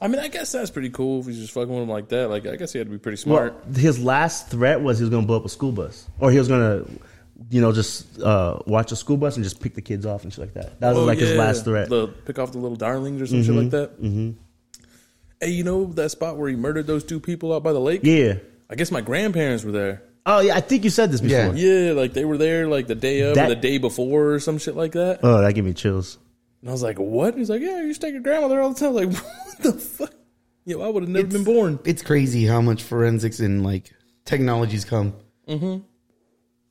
D: I mean, I guess that's pretty cool if he's just fucking with him like that. Like, I guess he had to be pretty smart.
C: Well, his last threat was he was going to blow up a school bus, or he was going to, you know, just uh, watch a school bus and just pick the kids off and shit like that. That was
D: Oh,
C: like his
D: yeah.
C: last threat.
D: The pick off the little darlings or some shit like that. Mm-hmm. Hey, you know that spot where he murdered those two people out by the lake?
C: yeah.
D: I guess my grandparents were there.
C: Oh yeah, I think you said this before.
B: Yeah.
D: Yeah, like they were there like the day of
C: That-
D: or the day before or some shit like that.
C: Oh, that gave me chills.
D: And I was like, what? He's like, yeah, you used to take your grandma there all the time. I was like, [LAUGHS] what the fuck? Yo, I would have never been born.
B: It's crazy how much forensics and like technologies come. Mm-hmm.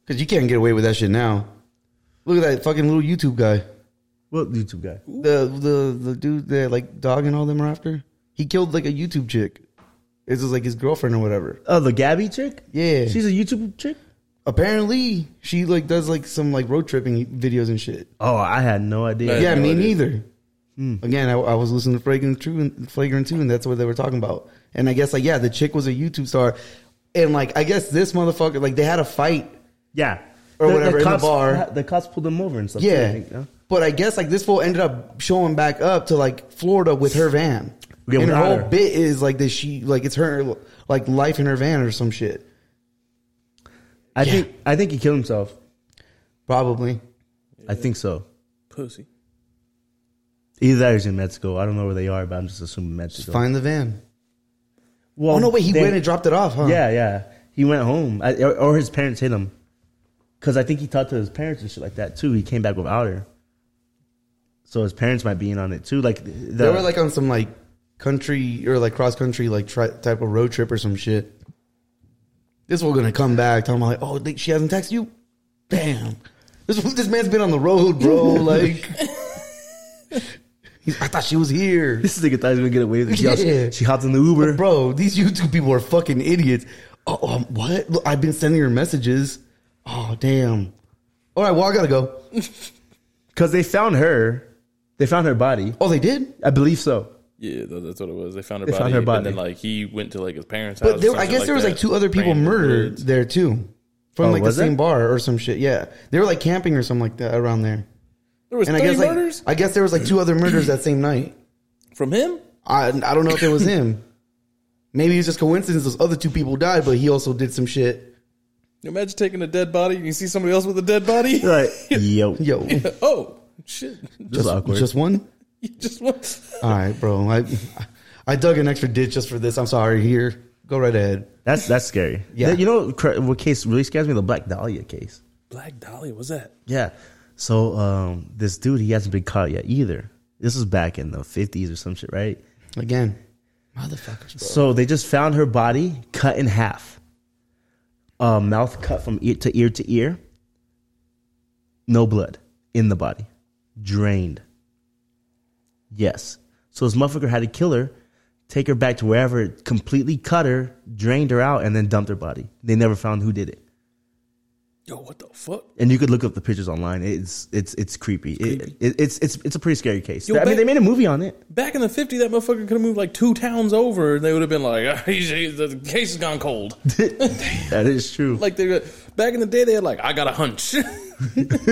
B: Because you can't get away with that shit now. Look at that fucking little YouTube guy.
C: Well, YouTube guy.
B: The the the dude that like dog and all them are after. He killed like a YouTube chick. It was like his girlfriend or whatever.
C: Oh, the Gabby chick.
B: Yeah.
C: she's a YouTube chick.
B: Apparently, she like does like some like road tripping videos and shit.
C: Oh, I had no idea.
D: Yeah.
B: Yeah,
D: no
B: me
D: idea.
B: neither. Again, I, I was listening to Flagrant Two, and Flagrant Two, and that's what they were talking about. And I guess like yeah, the chick was a YouTube star, and like I guess this motherfucker like they had a fight.
C: Yeah.
B: Or whatever, in the
C: cops,
B: bar.
C: The cops pulled him over and stuff.
B: Yeah,
C: I think, no?
B: but I guess like this fool ended up showing back up to like Florida with her van,
C: Yeah,
B: and her
C: without
B: whole
C: her.
B: bit is like that she like it's her like life in her van or some shit
C: I think I think he killed himself.
B: probably.
C: I think so.
D: Pussy.
C: Either that or he's in Mexico. I don't know where they are, but I'm just assuming Mexico.
B: Find the van.
C: Well,
B: Oh no, wait, he
C: they-
B: went and dropped it off, huh?
C: Yeah, yeah. He went home, I, or, or his parents hit him. Because I think he talked to his parents and shit like that too. He came back without her, so his parents might be in on it too. Like the,
B: they were like on some like country or like cross country like tri- type of road trip or some shit. This one gonna come back talking about like, oh, they, she hasn't texted you. Damn, this this man's been on the road, bro.
C: [LAUGHS]
B: Like, he's, I thought she was here,
C: [LAUGHS] This nigga thought he was gonna get away with it.
B: [LAUGHS]
C: She,
B: Yeah.
C: she hopped in the Uber.
B: bro. These YouTube people are fucking idiots. Oh, um, what? Look, I've been sending her messages. Oh, damn. All right, well, I gotta go.
C: Because they found her. They found her body.
B: Oh, they did.
C: I believe so.
D: Yeah, tha- that's what it was. They found her
C: They
D: body.
C: found her
D: And then
C: body.
D: like he went to like his parents' house.
B: But
D: or
B: there, I
D: something
B: guess there was
D: that.
B: like two other people
D: Random
B: murdered
D: dudes.
B: there too, from
C: Oh,
B: like the
C: was there?
B: same bar or some shit. Yeah, they were like camping or something like that around there.
D: There was
B: And I
D: three
B: guess like
D: murders
B: I guess there was like two other murders that same night.
D: from him.
B: I I don't know if it was him. Maybe it's just coincidence. Those other two people died, but he also did some shit.
D: You Imagine taking a dead body and you see somebody else with a dead body.
C: Right. Yo.
B: Yo,
D: [LAUGHS] oh shit! [LAUGHS]
C: Just awkward.
B: just one.
D: You just want.
B: All right, bro. I I dug an extra ditch just for this. I'm sorry. Here, go right ahead.
C: That's that's scary.
B: Yeah.
C: You know cr- what case really scares me? The Black Dahlia case.
D: Black Dolly, what's that?
C: Yeah. So um, this dude, he hasn't been caught yet either. This was back in the fifties or some shit, right?
B: Again, motherfuckers. Bro.
C: So they just found her body cut in half, uh, mouth cut from ear to ear to ear. No blood in the body, drained. Yes. So this motherfucker had to kill her, take her back to wherever, completely cut her, drained her out, and then dumped her body. They never found who did it.
D: Yo, what the fuck?
C: And you could look up the pictures online. It's it's it's creepy. It, it, it's it's it's a pretty scary case.
D: Yo,
C: I mean,
D: back-
C: they made a movie on it.
D: Back in the 50, that motherfucker could have moved like two towns over and they would have been like, [LAUGHS] "Ah, he's, he's, the case has gone
B: [LAUGHS]
D: cold.
C: That is true.
D: Like, they back in the day, they had like, I got
B: [LAUGHS]
D: a hunch. [LAUGHS] like,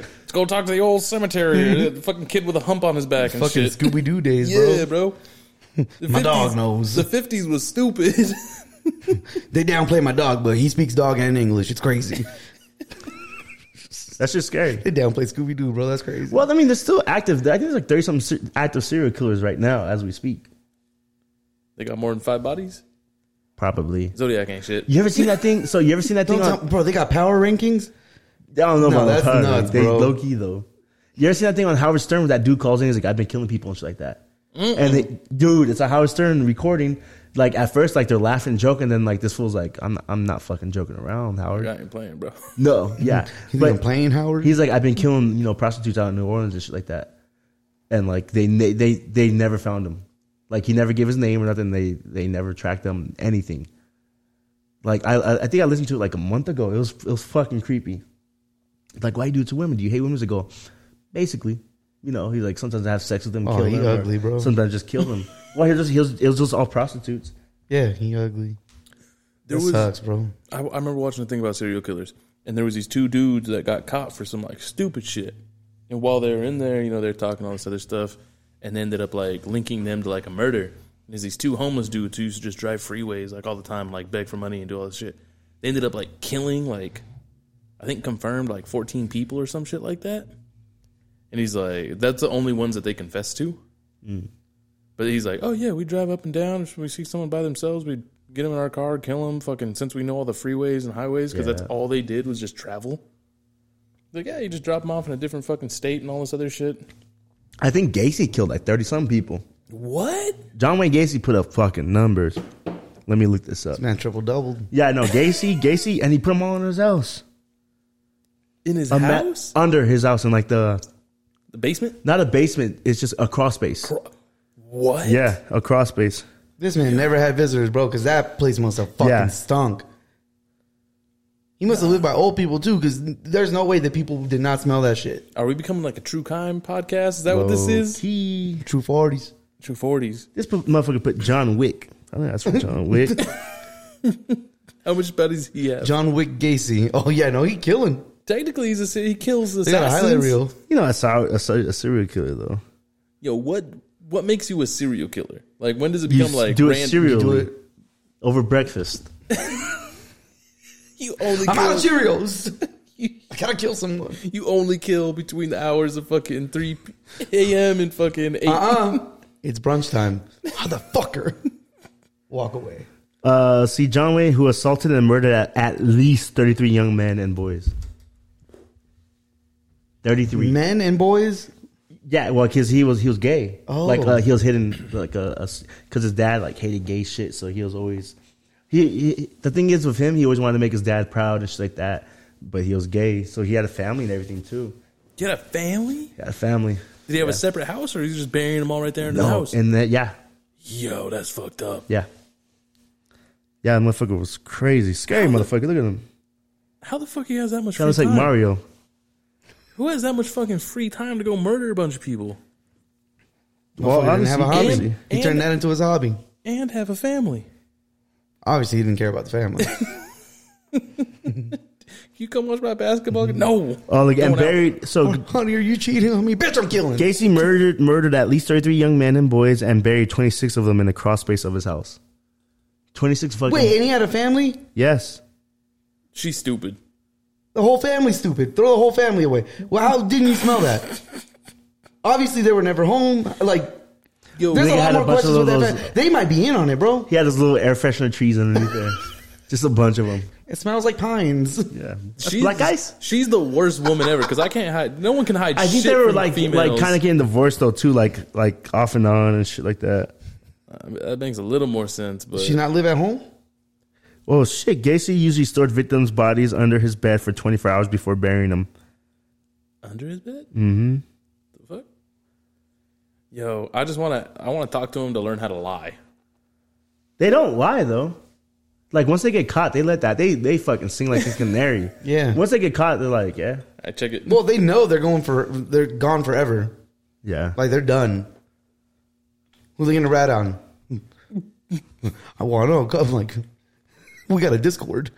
D: let's go talk to the old cemetery. the fucking kid with a hump on his back and
B: Fucking
D: shit.
B: Scooby Doo days,
D: yeah,
B: bro.
D: bro.
B: [LAUGHS]
D: The
B: My dog knows.
D: The 50s was stupid. [LAUGHS]
B: They downplay my dog, but he speaks dog and English. It's crazy.
C: [LAUGHS] That's just scary.
B: they downplay Scooby Doo, bro. That's crazy.
C: Well, I mean, there's still active. I think there's like thirty something active serial killers right now as we speak.
D: they got more than five bodies.
C: Probably.
D: Zodiac ain't shit.
C: You ever seen that thing? So you ever seen that
B: Don't
C: thing?
B: tell-
C: On,
B: bro, they got power rankings.
C: I don't know
B: No,
C: about
B: that's
C: that.
B: nuts,
C: they,
B: bro.
C: Low key though. You ever seen that thing on Howard Stern where that dude calls in? He's like, I've been killing people and shit like that. And they, dude, it's a Howard Stern recording. Like at first, like they're laughing, joking, then like this fool's like, I'm not, I'm not fucking joking around, Howard.
D: I ain't playing, bro.
C: No,
B: [LAUGHS]
C: yeah,
B: He's
C: but
B: been playing Howard.
C: he's like, I've been killing you know prostitutes out in New Orleans and shit like that, and like they they they, they never found him. Like he never gave his name or nothing. They they never tracked him anything. Like I I I think I listened to it like a month ago. It was it was fucking creepy. Like why you do it to women? Do you hate women? To go, basically, you know he's like sometimes I have sex with them,
B: Oh,
C: kill
B: he
C: them, or
B: ugly, bro.
C: Sometimes just kill
B: [LAUGHS]
C: them. well, he was, he was it was just all prostitutes.
B: yeah, he ugly.
D: There
B: that
D: was-
B: sucks, bro.
D: I, I remember watching a thing about serial killers, and there was these two dudes that got caught for some like stupid shit. And while they were in there, you know, they're talking all this other stuff, and they ended up like linking them to like a murder. And there's these two homeless dudes who used to just drive freeways like all the time, like beg for money and do all this shit. They ended up like killing like I think confirmed like 14 people or some shit like that. And he's like, that's the only ones that they confess to.
C: Mm.
D: But he's like, oh yeah, we drive up and down. If we see someone by themselves, we get them in our car, kill them. Fucking since we know all the freeways and highways, because
C: Yeah.
D: that's all they did was just travel. Like yeah, you just drop them off in a different fucking state and all this other shit.
C: I think Gacy killed like thirty some people.
D: What?
C: John Wayne Gacy put up fucking numbers. Let me look this up.
B: Man, triple doubled.
C: Yeah, no, Gacy, Gacy, and he put them all in his house,
D: In his
C: A ma-
D: house,
C: under his house, in like the
D: the basement.
C: not a basement, it's just a cross space.
D: Bro, What?
C: Yeah, a cross space.
B: This man never had visitors, bro, because that place must have fucking
C: Yeah.
B: stunk. He must have lived by old people too, because there's no way that people did not smell that shit.
D: Are we becoming like a true crime podcast? Is that what this is?
C: He,
B: True forties.
D: True forties.
C: this p- motherfucker put John Wick. I think that's from John Wick.
D: How much bodies he have?
B: John Wick Gacy. Oh yeah, no, he killing.
D: Technically, he's a se- he kills the.
B: They got a highlight reel.
C: you know, I saw a, ser- a serial killer though.
D: Yo, what what makes you a serial killer? Like, when does it
C: You
D: become
C: s-
D: like
C: do it
D: ran-
C: serially
B: do it-
C: over breakfast.
D: You only
B: I'm
D: kill,
B: out of [LAUGHS] Cheerios. I gotta kill someone.
D: you only kill between the hours of fucking three p- a.m. and fucking eight.
C: Uh-uh.
B: Uh. It's brunch time. Motherfucker. Walk away.
C: Uh, see, John Wayne, who assaulted and murdered at, at least thirty-three young men and boys. Thirty-three.
B: Men and boys.
C: Yeah, well, because he was he was gay.
B: Oh.
C: like uh, he was hidden like a because his dad like hated gay shit, so he was always He, he the thing is with him, he always wanted to make his dad proud and shit like that. But he was gay, so he had a family and everything too.
D: Get a family?
C: He had a family.
D: Did he have
C: Yeah.
D: a separate house, or he's just burying them all right there in the
C: No,
D: house?
C: and that yeah,
D: Yo, that's fucked up.
C: yeah, yeah. That motherfucker was crazy, scary motherfucker. Look at him.
D: How the fuck he has that much?
C: That
D: free
C: looks like
D: time?
C: Mario.
D: Who has that much fucking free time to go murder a bunch of people
B: Well, he didn't have a hobby.
D: and-
B: he turned
D: and-
B: that into his hobby.
D: and have a family?
B: Obviously, he didn't care about the family. [LAUGHS]
D: You come watch my basketball? game? No.
C: Oh, look,
D: Going
C: and
D: out.
C: buried. So
B: Honey, are you cheating on me? Bitch, I'm killing.
C: Gacy murdered murdered at least 33 young men and boys and buried 26 of them in the cross space of his house. 26 fucking
B: Wait, and he had a family?
C: Yes.
D: She's stupid.
B: The whole family's stupid. Throw the whole family away. Well, how didn't you smell that? Obviously, they were never home. Like,
D: Yo,
B: there's a
C: nigga
B: lot
C: had a
B: more
C: bunch of
B: questions with that.
C: those-
B: fam- They might be in on it, bro.
C: He had his little air freshener trees underneath there. Just a bunch of them.
B: It smells like pines.
C: Yeah. That's
D: she's,
C: Black ice?
D: She's the worst woman ever because I can't hide. No one can hide.
C: I think
D: shit
C: they were
D: from
C: like
D: females.
C: like kind of getting divorced though too, like like off and on and shit like that.
D: that makes a little more sense, but
B: She not live at home.
C: Oh shit! Gacy usually stored victims' bodies under his bed for 24 hours before burying them.
D: under his bed. Mm-hmm. The fuck? Yo, I just want to. I want to talk to him to learn how to lie.
C: They don't lie though. Like once they get caught, they let that. They they fucking sing like a canary.
B: Yeah.
C: Once they get caught, they're like, yeah,
D: I check it.
B: Well, they know they're going for. They're gone forever.
C: yeah.
B: Like they're done. Who they gonna rat on? [LAUGHS] I want to. I'm like, [LAUGHS] we got a Discord.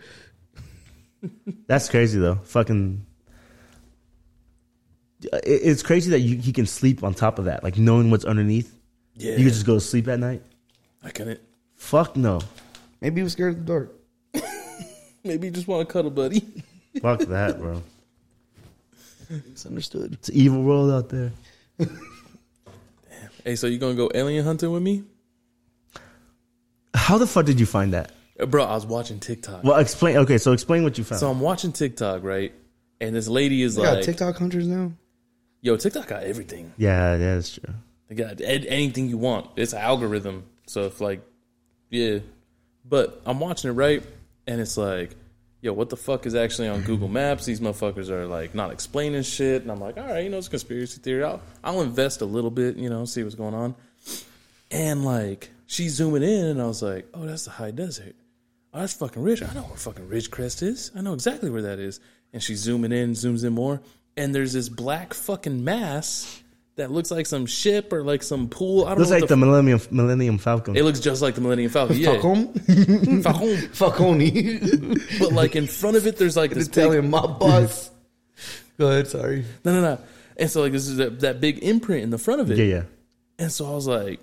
C: That's crazy though. Fucking. It- It's crazy that you, he can sleep on top of that, like knowing what's underneath.
D: yeah,
C: You can just go to sleep at night.
D: I couldn't.
C: Fuck no.
B: Maybe he was scared of the dark.
D: Maybe you just want to cuddle, buddy. [LAUGHS]
C: [LAUGHS] Fuck that, bro.
B: Misunderstood.
C: It's an evil world out there.
D: hey, so you gonna go alien hunting with me,
C: How the fuck did you find that?
D: Uh, bro? I was watching TikTok,
C: Well, explain. Okay, so explain what you found.
D: so I'm watching TikTok, right? And this lady is
B: They got
D: like,
B: TikTok hunters now.
D: "Yo, TikTok got everything.
C: yeah, yeah, that's true.
D: They got ed- anything you want. It's an algorithm. So if like, yeah. But I'm watching it right, and it's like, yo, what the fuck is actually on Google Maps? These motherfuckers are like not explaining shit, and I'm like, all right, you know, it's a conspiracy theory. I'll I'll invest a little bit, you know, see what's going on. And like, she's zooming in, and I was like, oh, that's the high desert. Oh, that's fucking rich. I know where fucking Ridgecrest is. I know exactly where that is. And she's zooming in, zooms in more, and there's this black fucking mass that looks like some ship or like some pool. I don't
C: Looks
D: know.
C: like
D: what
C: the Millennium Millennium Falcon.
D: it looks just like the Millennium Falcon. Yeah,
B: Fuck home.
D: Falcon.
B: [LAUGHS] Fuck Oni.
D: But like in front of it, there's like this big
B: Italian mob boss. Go ahead. Sorry.
D: no, no, no. And so like this is that, that big imprint in the front of it.
C: yeah, yeah.
D: And so I was like,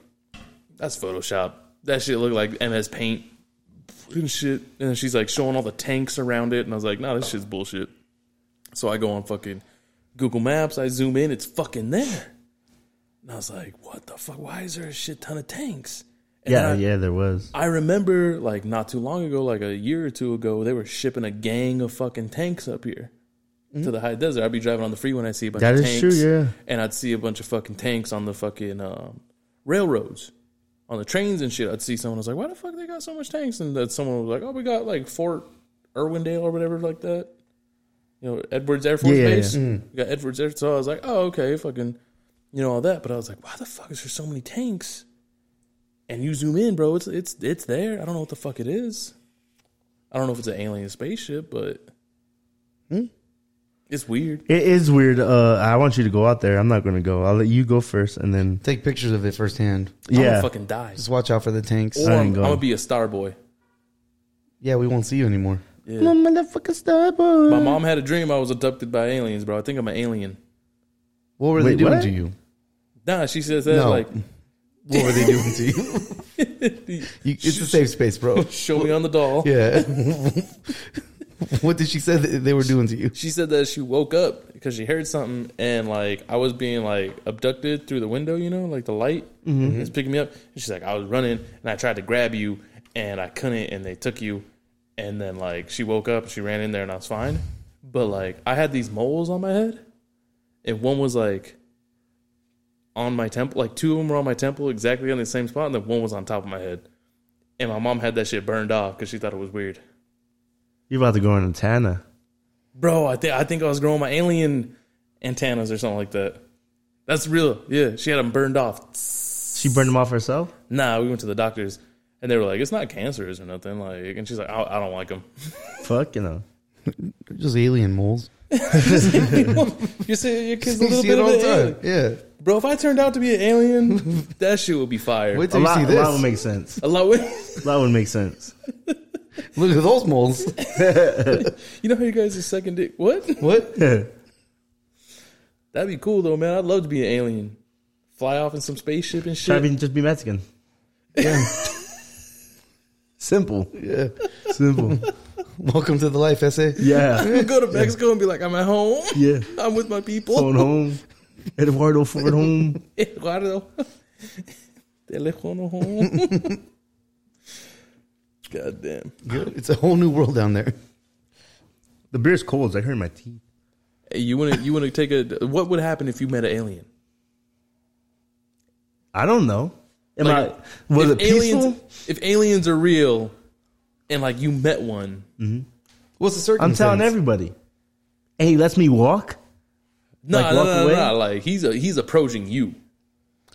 D: that's Photoshop. That shit looked like MS Paint and shit. And then she's like showing all the tanks around it. And I was like, nah, this shit's bullshit. So I go on fucking Google Maps. I zoom in. It's fucking there. And I was like, what the fuck? Why is there a shit ton of tanks? And
C: Yeah,
D: then I-
C: yeah, there was.
D: I remember like not too long ago, like a year or two ago, they were shipping a gang of fucking tanks up here to the high desert. I'd be driving on the freeway and I'd see a bunch
C: Mm-hmm. That
D: of
C: is
D: tanks.
C: true, yeah.
D: And I'd see a bunch of fucking tanks on the fucking um, railroads, on the trains and shit. I'd see someone I was like, why the fuck they got so much tanks? And that someone was like, oh, we got like Fort Irwindale or whatever like that. You know, Edwards Air Force
C: Yeah, yeah,
D: Base. We got Edwards Air. So I was like, oh, okay, fucking, you know, all that. But I was like, why the fuck is there so many tanks? and you zoom in, bro. It's it's it's there. I don't know what the fuck it is. I don't know if it's an alien spaceship, but hmm? it's weird.
C: It is weird. Uh, I want you to go out there. I'm not going to go. I'll let you go first, and then
B: Take pictures of it firsthand.
D: I'm gonna
C: yeah,
D: fucking die.
B: Just watch out for the tanks.
D: Or I'm, I'm
C: going.
D: gonna be a star boy.
B: Yeah, we won't see you anymore.
D: Yeah.
C: I'm a motherfucking star boy.
D: My mom had a dream I was abducted by aliens, bro. I think I'm an alien.
B: What were
C: Wait,
B: they doing
C: what?
B: to you?
D: Nah, she says that
B: No.
D: like
B: What were they doing to you? [LAUGHS] you it's a safe space, bro.
D: show me on the doll.
B: Yeah. what did she say that they were doing to you?
D: She said that she woke up because she heard something and like I was being like abducted through the window, you know, like the light is picking me up. And she's like, I was running and I tried to grab you and I couldn't and they took you. And then like she woke up, she ran in there and I was fine. But like I had these moles on my head and one was like on my temple, like two of them were on my temple exactly on the same spot and then one was on top of my head. And my mom had that shit burned off because she thought it was weird.
C: You're about to go on a Tana.
D: Bro, I think I think I was growing my alien antennas or something like that. That's real. Yeah, she had them burned off.
C: She burned them off herself.
D: Nah, we went to the doctors and they were like, "It's not cancerous or nothing." Like, and she's like, "I, I don't like them."
C: Fuck you know.
B: Just alien moles.
D: [LAUGHS] you see
B: [LAUGHS]
D: your kids a
B: You
D: little
B: see it
D: bit
B: all the
D: of an
B: time.
D: alien.
B: Yeah.
D: Bro, if I turned out to be
B: [LAUGHS]
D: an alien, that shit would be fire.
B: Wait
C: A
B: till you
C: lot,
B: see
C: a lot would
B: this.
C: make sense.
D: A lot.
C: A lot would make sense.
B: Look at those moles.
D: [LAUGHS] You know how you guys are second dick? What?
B: What?
D: That'd be cool though, man. I'd love to be an alien, fly off in some spaceship and
C: Try
D: shit.
C: to be- just be Mexican. Simple.
B: Yeah.
D: [LAUGHS]
C: Simple.
B: Welcome to the life, essay.
C: Yeah.
B: [LAUGHS]
D: go to Mexico and be like, I'm at home.
C: Yeah.
D: [LAUGHS] I'm with my people.
C: Phone home. Eduardo Ford home.
D: [LAUGHS] Eduardo. Telefono [LAUGHS] home. God damn.
B: It's a whole new world down there.
C: The beer's cold. I hurt my teeth.
D: Hey, you wanna you wanna take a what would happen if you met an alien?
C: I don't know. Am
D: Like,
C: I? Was
D: if
C: it peaceful?
D: aliens if aliens are real and like you met one,
B: What's the
C: I'm
B: circumstance?
C: telling everybody. Hey, he lets me walk.
D: no,
C: Like,
D: no,
C: walk
D: no, no,
C: away?
D: no, like he's a, he's approaching you.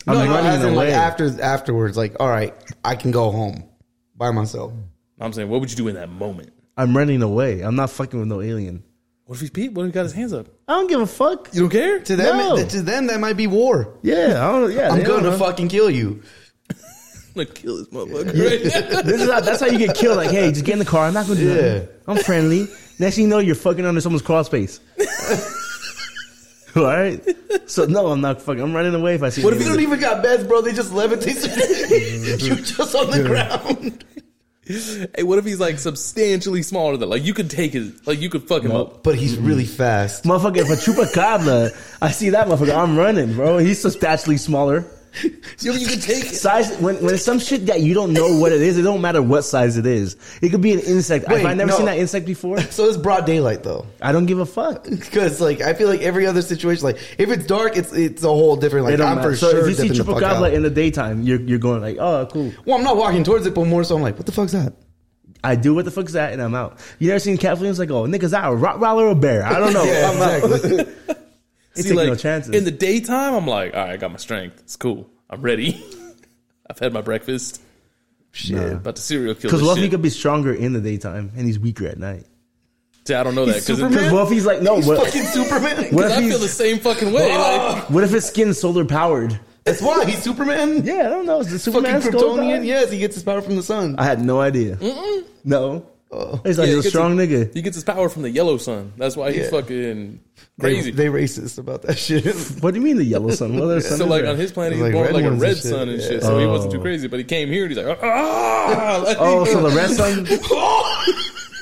C: I'm
B: No,
C: running
B: as in, like
C: away.
B: after afterwards, like, all right, I can go home by myself.
D: I'm saying, what would you do in that moment?
C: I'm running away. I'm not fucking with no alien.
D: What if he's Pete? What if he got his hands up?
C: I don't give a fuck.
D: You don't care? [LAUGHS]
B: To them,
C: No.
B: to them, that might be war.
C: Yeah, I don't. Yeah,
B: I'm
C: they don't
B: gonna
C: know.
B: fucking kill you.
D: I'm gonna kill this motherfucker. right now.
C: This is how, that's how you get killed. Like, hey, just get in the car. I'm not gonna do
B: Yeah.
C: it. I'm friendly. Next thing you know, you're fucking under someone's crawl space. [LAUGHS] All right. So no, I'm not fucking. I'm running away if I see.
B: What
C: an
B: if you
C: alien.
B: don't even got beds, bro? They just levitate. [LAUGHS] you just on the ground.
D: [LAUGHS] hey, what if he's like substantially smaller than like you could take his like you could fuck him up.
B: But he's really fast.
C: Motherfucker, if a chupacabra, I see that motherfucker, I'm running, bro. He's substantially smaller.
D: You, you could take it.
C: Size when when it's some shit that you don't know what it is, it don't matter what size it is. It could be an insect.
B: Wait,
C: if I never
B: no.
C: seen that insect before,
B: So it's broad daylight though, [LAUGHS]
C: I don't give a fuck.
B: because like I feel like every other situation, like if it's dark, it's it's a whole different.
C: It
B: Like
C: don't
B: I'm
C: matter.
B: for
C: so
B: sure
C: if you see
B: dipping the fuck out.
C: chupacabra in the daytime, you're you're going like, oh, cool.
B: well, I'm not walking towards it, but more so I'm like, what the fuck's that?
C: I do what the fuck's that, and I'm out. You never seen Cat Williams like, oh, niggas, that a Rottweiler or a bear?
B: [LAUGHS]
C: I don't know. I'm out. [LAUGHS]
B: exactly. [LAUGHS]
C: They
D: See,
C: take
D: like
C: no chances.
D: in the daytime, I'm like, all right, I got my strength. It's cool. I'm ready. [LAUGHS] I've had my breakfast.
B: Shit.
D: About to serial kill
C: Because
D: this
C: Luffy
D: shit.
C: could be stronger in the daytime, and he's weaker at night.
D: See, I don't know that
B: He's
D: because
B: Superman.
C: Because Luffy's like, no, what,
B: fucking Superman.
C: [LAUGHS] what if
D: I feel the
C: he's,
D: same fucking way. Like,
C: what if his skin's solar powered?
B: That's why he's Superman.
C: Yeah, I don't know. Is
B: [LAUGHS]
C: the
B: Fucking
C: Superman skull
B: Kryptonian.
C: powered?
B: Yes, he gets his power from the sun. Oh.
C: I had no idea. No, he's like
D: Yeah, he
C: you're a
D: gets
C: strong
D: it.
C: nigga.
D: he gets his power from the yellow sun. That's why he's
B: Yeah.
D: fucking
B: They,
D: crazy.
B: they racist about that [LAUGHS]
C: [LAUGHS]
B: shit.
C: What do you mean the yellow sun? Well, there's
D: so like on his planet, he's
B: Like
D: born with
B: red
D: like a
B: ones
D: red
B: and shit,
D: sun and
B: yeah.
D: shit. So he wasn't
C: Oh.
D: too crazy, but he came here and he's like, ah. [LAUGHS] Like,
C: oh, so the red sun,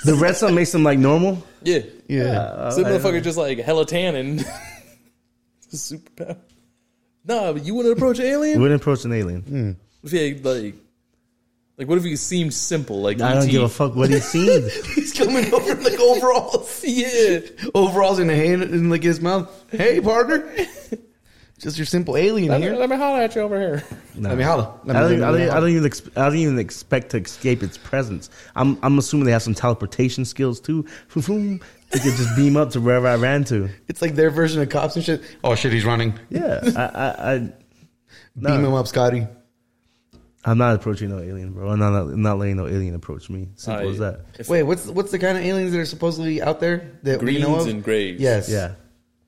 C: the red sun makes him like normal.
D: yeah.
B: Yeah.
D: So
C: I don't
D: motherfucker just like hella tan and It's a [LAUGHS] superpower. Nah, but you wouldn't approach an alien.
C: Wouldn't approach an alien.
D: If he had, like, like what if he seemed simple? Like E
C: I don't
D: ET?
C: give a fuck what he sees.
B: He's coming over in like overalls.
D: [LAUGHS] Yeah,
B: Overalls in a hand in like his mouth. Hey, partner. [LAUGHS] Just your simple alien
D: let me,
B: here.
D: let me holler at you over here.
C: No.
B: Let me holla. Let
C: I
B: me-
C: don't, e- I
B: let me
C: don't, I
B: holla.
C: don't even ex- I don't even expect to escape its presence. I'm I'm assuming they have some teleportation skills too. [LAUGHS] Vroom, vroom. They could just beam up to wherever I ran to.
B: It's like their version of cops and shit. Oh shit, he's running.
C: Yeah, I, I, I
B: Beam him up, Scotty.
C: I'm not approaching no alien, bro. I'm not I'm not letting no alien approach me. Simple
D: I-
C: as that.
D: If-
B: Wait, what's what's the kind of aliens that are supposedly out there that we know
D: Greens
B: of?
D: and grays.
B: Yes.
C: Yeah,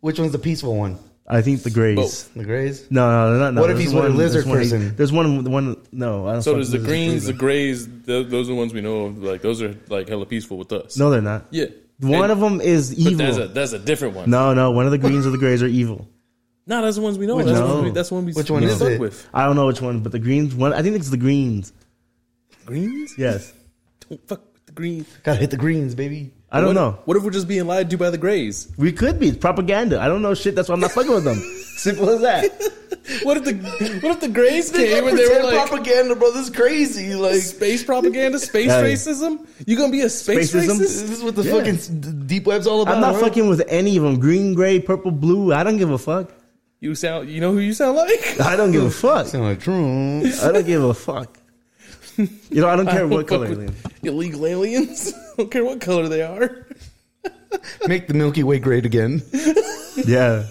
B: Which one's the peaceful one?
C: I think the grays.
D: Both.
B: The grays.
C: No, no, no, no.
B: What if
C: There's
B: he's with a lizard
C: there's one-
B: person?
C: There's one, one. No, I don't
D: So
C: fuck
D: there's the
C: with lizards.
D: greens, the grays. Th- those are the ones we know of. Like those are like hella peaceful with us.
C: No, they're not.
D: yeah,
C: One
D: And-
C: of them is
D: But that's a
C: evil.
D: that's a different one. No,
C: No, no. One of the greens or the grays are evil.
D: that's the ones we know. That's,
C: no.
D: the ones we, that's the one we
B: Which one
D: we
B: is
D: stuck
B: it?
D: with.
C: I don't know which one, but the greens. One. I think it's the greens.
D: Greens?
C: Yes.
D: Don't fuck with the greens.
B: Gotta hit the greens, baby.
C: I don't
D: what,
C: know.
D: What if we're just being lied to by the grays?
C: We could be. It's propaganda. I don't know shit. That's why I'm not fucking with them. Simple as that.
D: What if the what if the Greys came and they were
B: Pretend
D: like
B: propaganda, bro. This is crazy. Like
D: space propaganda, space
C: Yeah.
D: racism? You gonna be a space
C: Spacism?
B: This
D: racist?
B: is what the
C: Yeah.
B: fucking s- d- deep web's all about.
C: I'm not
B: bro.
C: fucking with any of them. Green, gray, purple, blue. I don't give a fuck.
D: You sound you know who you sound
B: [LAUGHS]
D: like?
C: I don't give a fuck.
B: Sound like Trump.
C: I don't give a fuck. You know, I don't care what color.
D: Fuck with
C: Liam.
D: Illegal aliens. [LAUGHS] I don't care what color they are.
B: Make the Milky Way great
C: [LAUGHS]
B: again.
C: Yeah.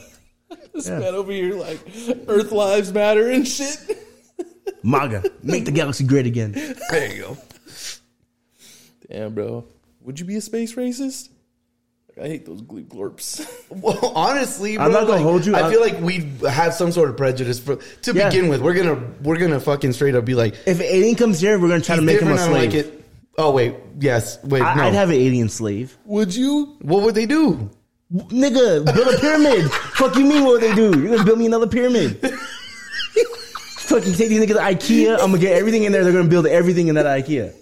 D: This
C: Yeah.
D: man over here, like Earth lives matter and shit.
C: MAGA. Make the galaxy great again.
D: There you go. Damn, bro. Would you be a space racist? I hate those glue glorps. [LAUGHS]
B: Well, honestly, bro,
C: I'm not gonna
B: like,
C: hold you.
B: I
C: I-
B: feel like we have some sort of prejudice for, to
C: Yeah.
B: begin with. We're gonna we're gonna fucking straight up be like,
C: If an alien comes here, we're gonna try to make him a
B: "Different, I don't
C: slave.
B: Like it. Oh wait, yes, wait,
C: I,
B: no.
C: I'd have an alien slave.
D: Would you?
B: what would they do?
C: W- Nigga, build a
B: [LAUGHS]
C: pyramid. Fuck you mean what would they do? You're gonna build me another pyramid. Fucking take these niggas to IKEA. I'm gonna get everything in there. They're gonna build everything in that IKEA.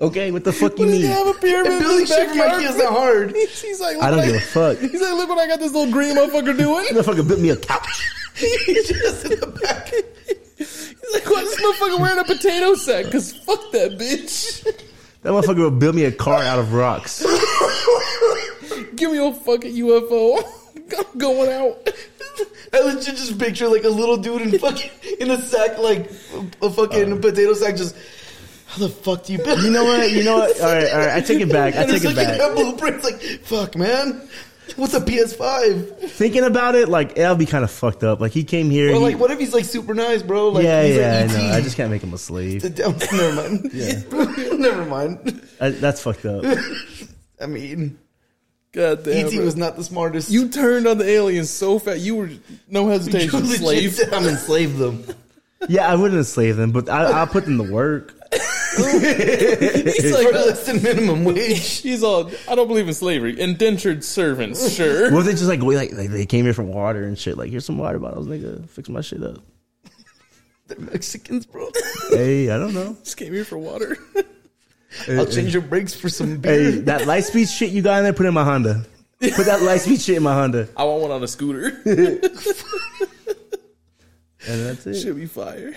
C: Okay, what the fuck you
D: Does he
C: mean?
D: have a pyramid?
B: And building
D: in his
B: shit from
D: backyard?
B: IKEA is not hard.
D: [LAUGHS] He's, he's like,
C: I don't
D: look
C: give a fuck.
D: He's like, look what I got this little green motherfucker
C: [LAUGHS]
D: doing.
C: Motherfucker built me a couch.
D: he's just in the back. He's like, why is this motherfucker wearing a potato sack? Cause fuck that bitch. [LAUGHS]
C: That motherfucker will build me a car out of rocks.
D: Give me a fucking UFO. [LAUGHS] I'm going out.
B: I legit just picture like a little dude
C: [LAUGHS]
B: in fucking in a sack, like a fucking potato sack. Just how the fuck do you build?
C: You know what? You know what? All right, all right.
B: [LAUGHS]
C: I take it back. I
B: And
C: take
B: it's
C: it
B: like
C: back.
B: That blueprint, it's like fuck, man. What's a PS5?
C: Thinking about it, like that'll be kind of fucked up. Like he came here.
B: Or
C: he-
B: like, what if he's like super nice, bro? Like,
C: yeah,
B: he's
C: yeah.
B: like
C: I
B: ET.
C: know. I just can't make him
B: [LAUGHS]
C: a slave.
B: never mind. [LAUGHS] never mind.
C: I, that's fucked up.
B: I mean,
D: God damn.
B: ET
D: bro.
B: was not the smartest.
D: You turned on the aliens so fast. You were no
B: You
C: [LAUGHS]
D: hesitation,
B: legit
D: slave.
B: said, I'm enslave them.
C: Yeah, I wouldn't enslave them, but I, I'll put them to work.
D: He's
B: For
D: like,
B: less than minimum wage.
D: he's all. I don't believe in slavery. Indentured servants, sure.
C: What if they just like, wait, like, like they came here for water and shit? Like, here's some water bottles, nigga. Fix my shit up.
B: They're Mexicans, bro.
C: Hey, I don't know.
D: Just came here for water.
B: I'll change your brakes for some beer.
C: Hey, that light speed shit you got in there, put it in my Honda. Put that light speed shit in my Honda,
D: [LAUGHS] I want one on a [LAUGHS] scooter.
C: and that's it.
D: Should be fire.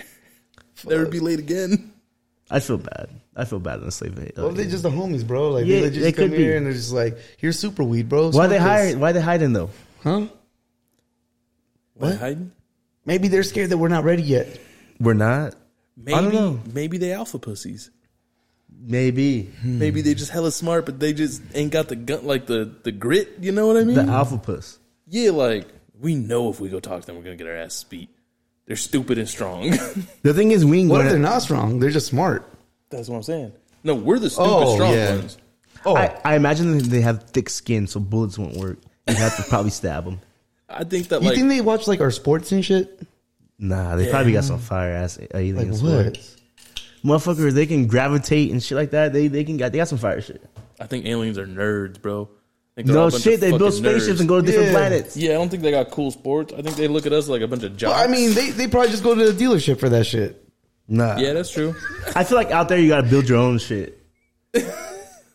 D: Never be late again.
C: I feel bad. I feel bad in enslaving.
B: Well, they're just the homies, bro. Like,
C: Yeah,
B: they just
C: they
B: come
C: could
B: here
C: be.
B: and they're just like, here's super weed, bro.
C: Why
B: Smoke
C: they
B: this."
C: hiding? Why they hiding though?
B: Huh?
D: What? Hiding?
B: Maybe they're scared that we're not ready yet.
C: We're not.
D: Maybe,
C: don't know.
D: Maybe they alpha pussies.
C: Maybe
D: Maybe they just hella smart, but they just ain't got the gun, like the the grit. You know what I mean?
C: the alpha puss.
D: yeah, like we know if we go talk to them, we're gonna get our ass beat. They're stupid and strong. [LAUGHS]
C: The thing is, we ain't
B: What if they're
C: going.
B: not strong? They're just smart.
D: That's what I'm saying. No, we're the stupid
B: Oh,
D: strong
B: yeah.
D: ones.
B: Oh,
C: I, I imagine they have thick skin, so bullets won't work. You have to probably stab them.
D: I think that
B: you
D: like
B: think they watch like our sports and shit?
C: Nah, they probably got some fire ass
B: Like
C: aliens. for
B: what?
C: it. Motherfuckers, they can gravitate and shit like that. They they can got they got some fire shit.
D: I think aliens are nerds, bro. I think they're all
C: No
D: a bunch
C: shit,
D: of
C: they build
D: fucking
C: spaceships
D: nerds.
C: and go to different
B: Yeah.
C: planets.
D: Yeah, I don't think they got cool sports. I think they look at us like a bunch of jocks.
B: Well, I mean, they, they probably just go to the dealership for that shit.
C: Nah,
D: yeah, that's true. [LAUGHS]
C: I feel like out there you gotta build your own shit.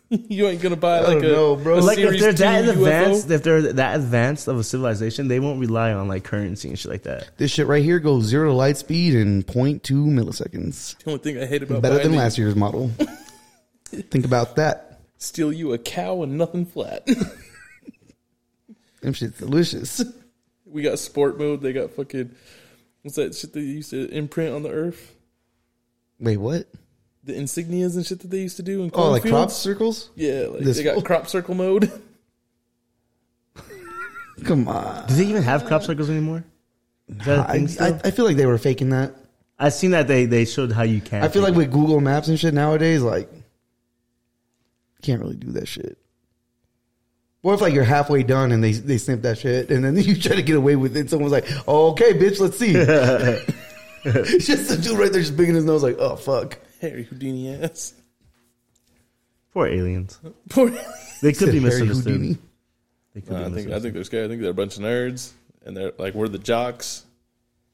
D: you ain't gonna buy like
B: don't
D: a,
B: know, bro.
D: a
C: Like if
D: Series
C: they're that
D: 2 UFO?
C: advanced, if they're that advanced of a civilization, they won't rely on like currency and shit like that.
B: This shit right here goes zero to light speed in 0.2 milliseconds.
D: The only thing Oh, I hate about
B: Better than
D: buying
B: last year's model.
D: [LAUGHS]
B: Think about that.
D: it, steal you a cow and nothing flat. [LAUGHS]
B: Them shit's delicious.
D: we got sport mode. They got fucking what's that shit they used to imprint on the earth?
B: Wait, what?
D: The insignias and shit that they used to do in
B: Oh, like crop
D: cornfields?
B: circles?
D: Yeah, like
B: This-
D: they got crop circle mode. [LAUGHS]
B: Come on.
C: Do they even have crop circles anymore? Is that a
B: I,
C: thing still?
B: I, I feel like they were faking that.
C: I've seen that they they showed how you can.
B: I feel like with Google Maps and shit nowadays, like, can't really do that shit. What if like you're halfway done and they they snip that shit and then [LAUGHS] you try to get away with it? Someone's like, oh, "Okay, bitch, let's
C: [LAUGHS]
B: see." [LAUGHS] just the dude right there, just bigging his nose, like, "Oh fuck."
D: Harry Houdini ass. [LAUGHS]
C: poor aliens.
D: Poor.
C: They could be
B: Harry
C: misunderstood.
B: Houdini.
C: They could
D: Nah, I
C: be
D: think I
C: misunderstood.
D: think they're scared. I think they're a bunch of nerds, and they're like we're the jocks.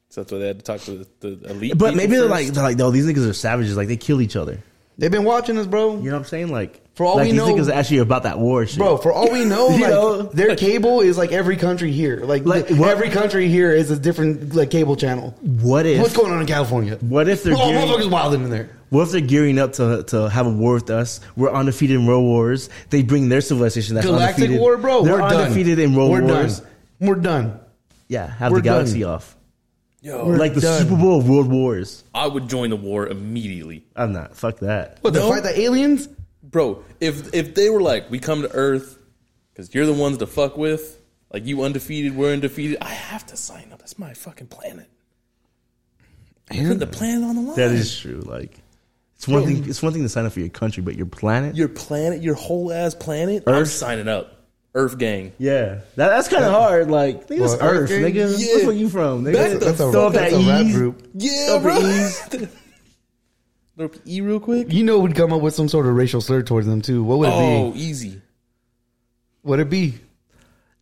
D: So that's why they had to talk to the, the elite.
C: But
D: people
C: maybe they're
D: first.
C: like they're like, no, these niggas are savages. Like they kill each other.
B: They've been watching us, bro.
C: You know what I'm saying? Like
B: For all
C: like,
B: we
C: these
B: know-
C: niggas are actually about that war shit.
B: Bro, for all we know,
C: [LAUGHS] You
B: like,
C: know?
B: their cable is like every country here. Like,
C: Like,
B: th-
C: what-
B: every country here is a different like cable channel.
C: what if
B: What's going on in California?
C: What if they're
B: oh,
C: gearing-
B: motherfuckers wild in there?
C: What if they're gearing up to to have a war with us? We're undefeated in world wars. They bring their civilization that's
B: Galactic
C: undefeated.
B: war, bro.
C: They're
B: We're
C: undefeated
B: done.
C: in world
B: We're
C: wars.
B: Done. We're done.
C: Yeah, have
B: We're
C: the galaxy
B: done.
C: off.
D: Yo,
C: Like the
B: done.
C: Super Bowl of world wars.
D: I would join the war immediately.
C: I'm not. Fuck that.
B: What,
D: No.
B: to fight the aliens?
D: Bro, if if they were like, we come to Earth because you're the ones to fuck with, like you undefeated, we're undefeated. I have to sign up. That's my fucking planet. Put
B: And
D: the planet on the line.
C: That is true. Like it's one thing. It's one thing to sign up for your country, but your planet.
D: your planet, your whole ass planet. I'm
C: Earth?
D: signing up. Earth gang.
C: yeah, that, that's kind of hard. Like nigga, it's
B: Well,
C: Earth,
B: okay.
C: nigga.
D: Yeah.
C: Where you from? Nigga?
D: That's-
B: that's a,
C: Throw up
B: that's
C: that
B: a rap
C: ease.
B: group.
D: Yeah,
C: bro.
D: [LAUGHS] Throw up E real quick.
B: You know, would come up with some sort of racial slur towards them too. What would it
D: Oh,
B: be?
D: easy.
B: Would it be?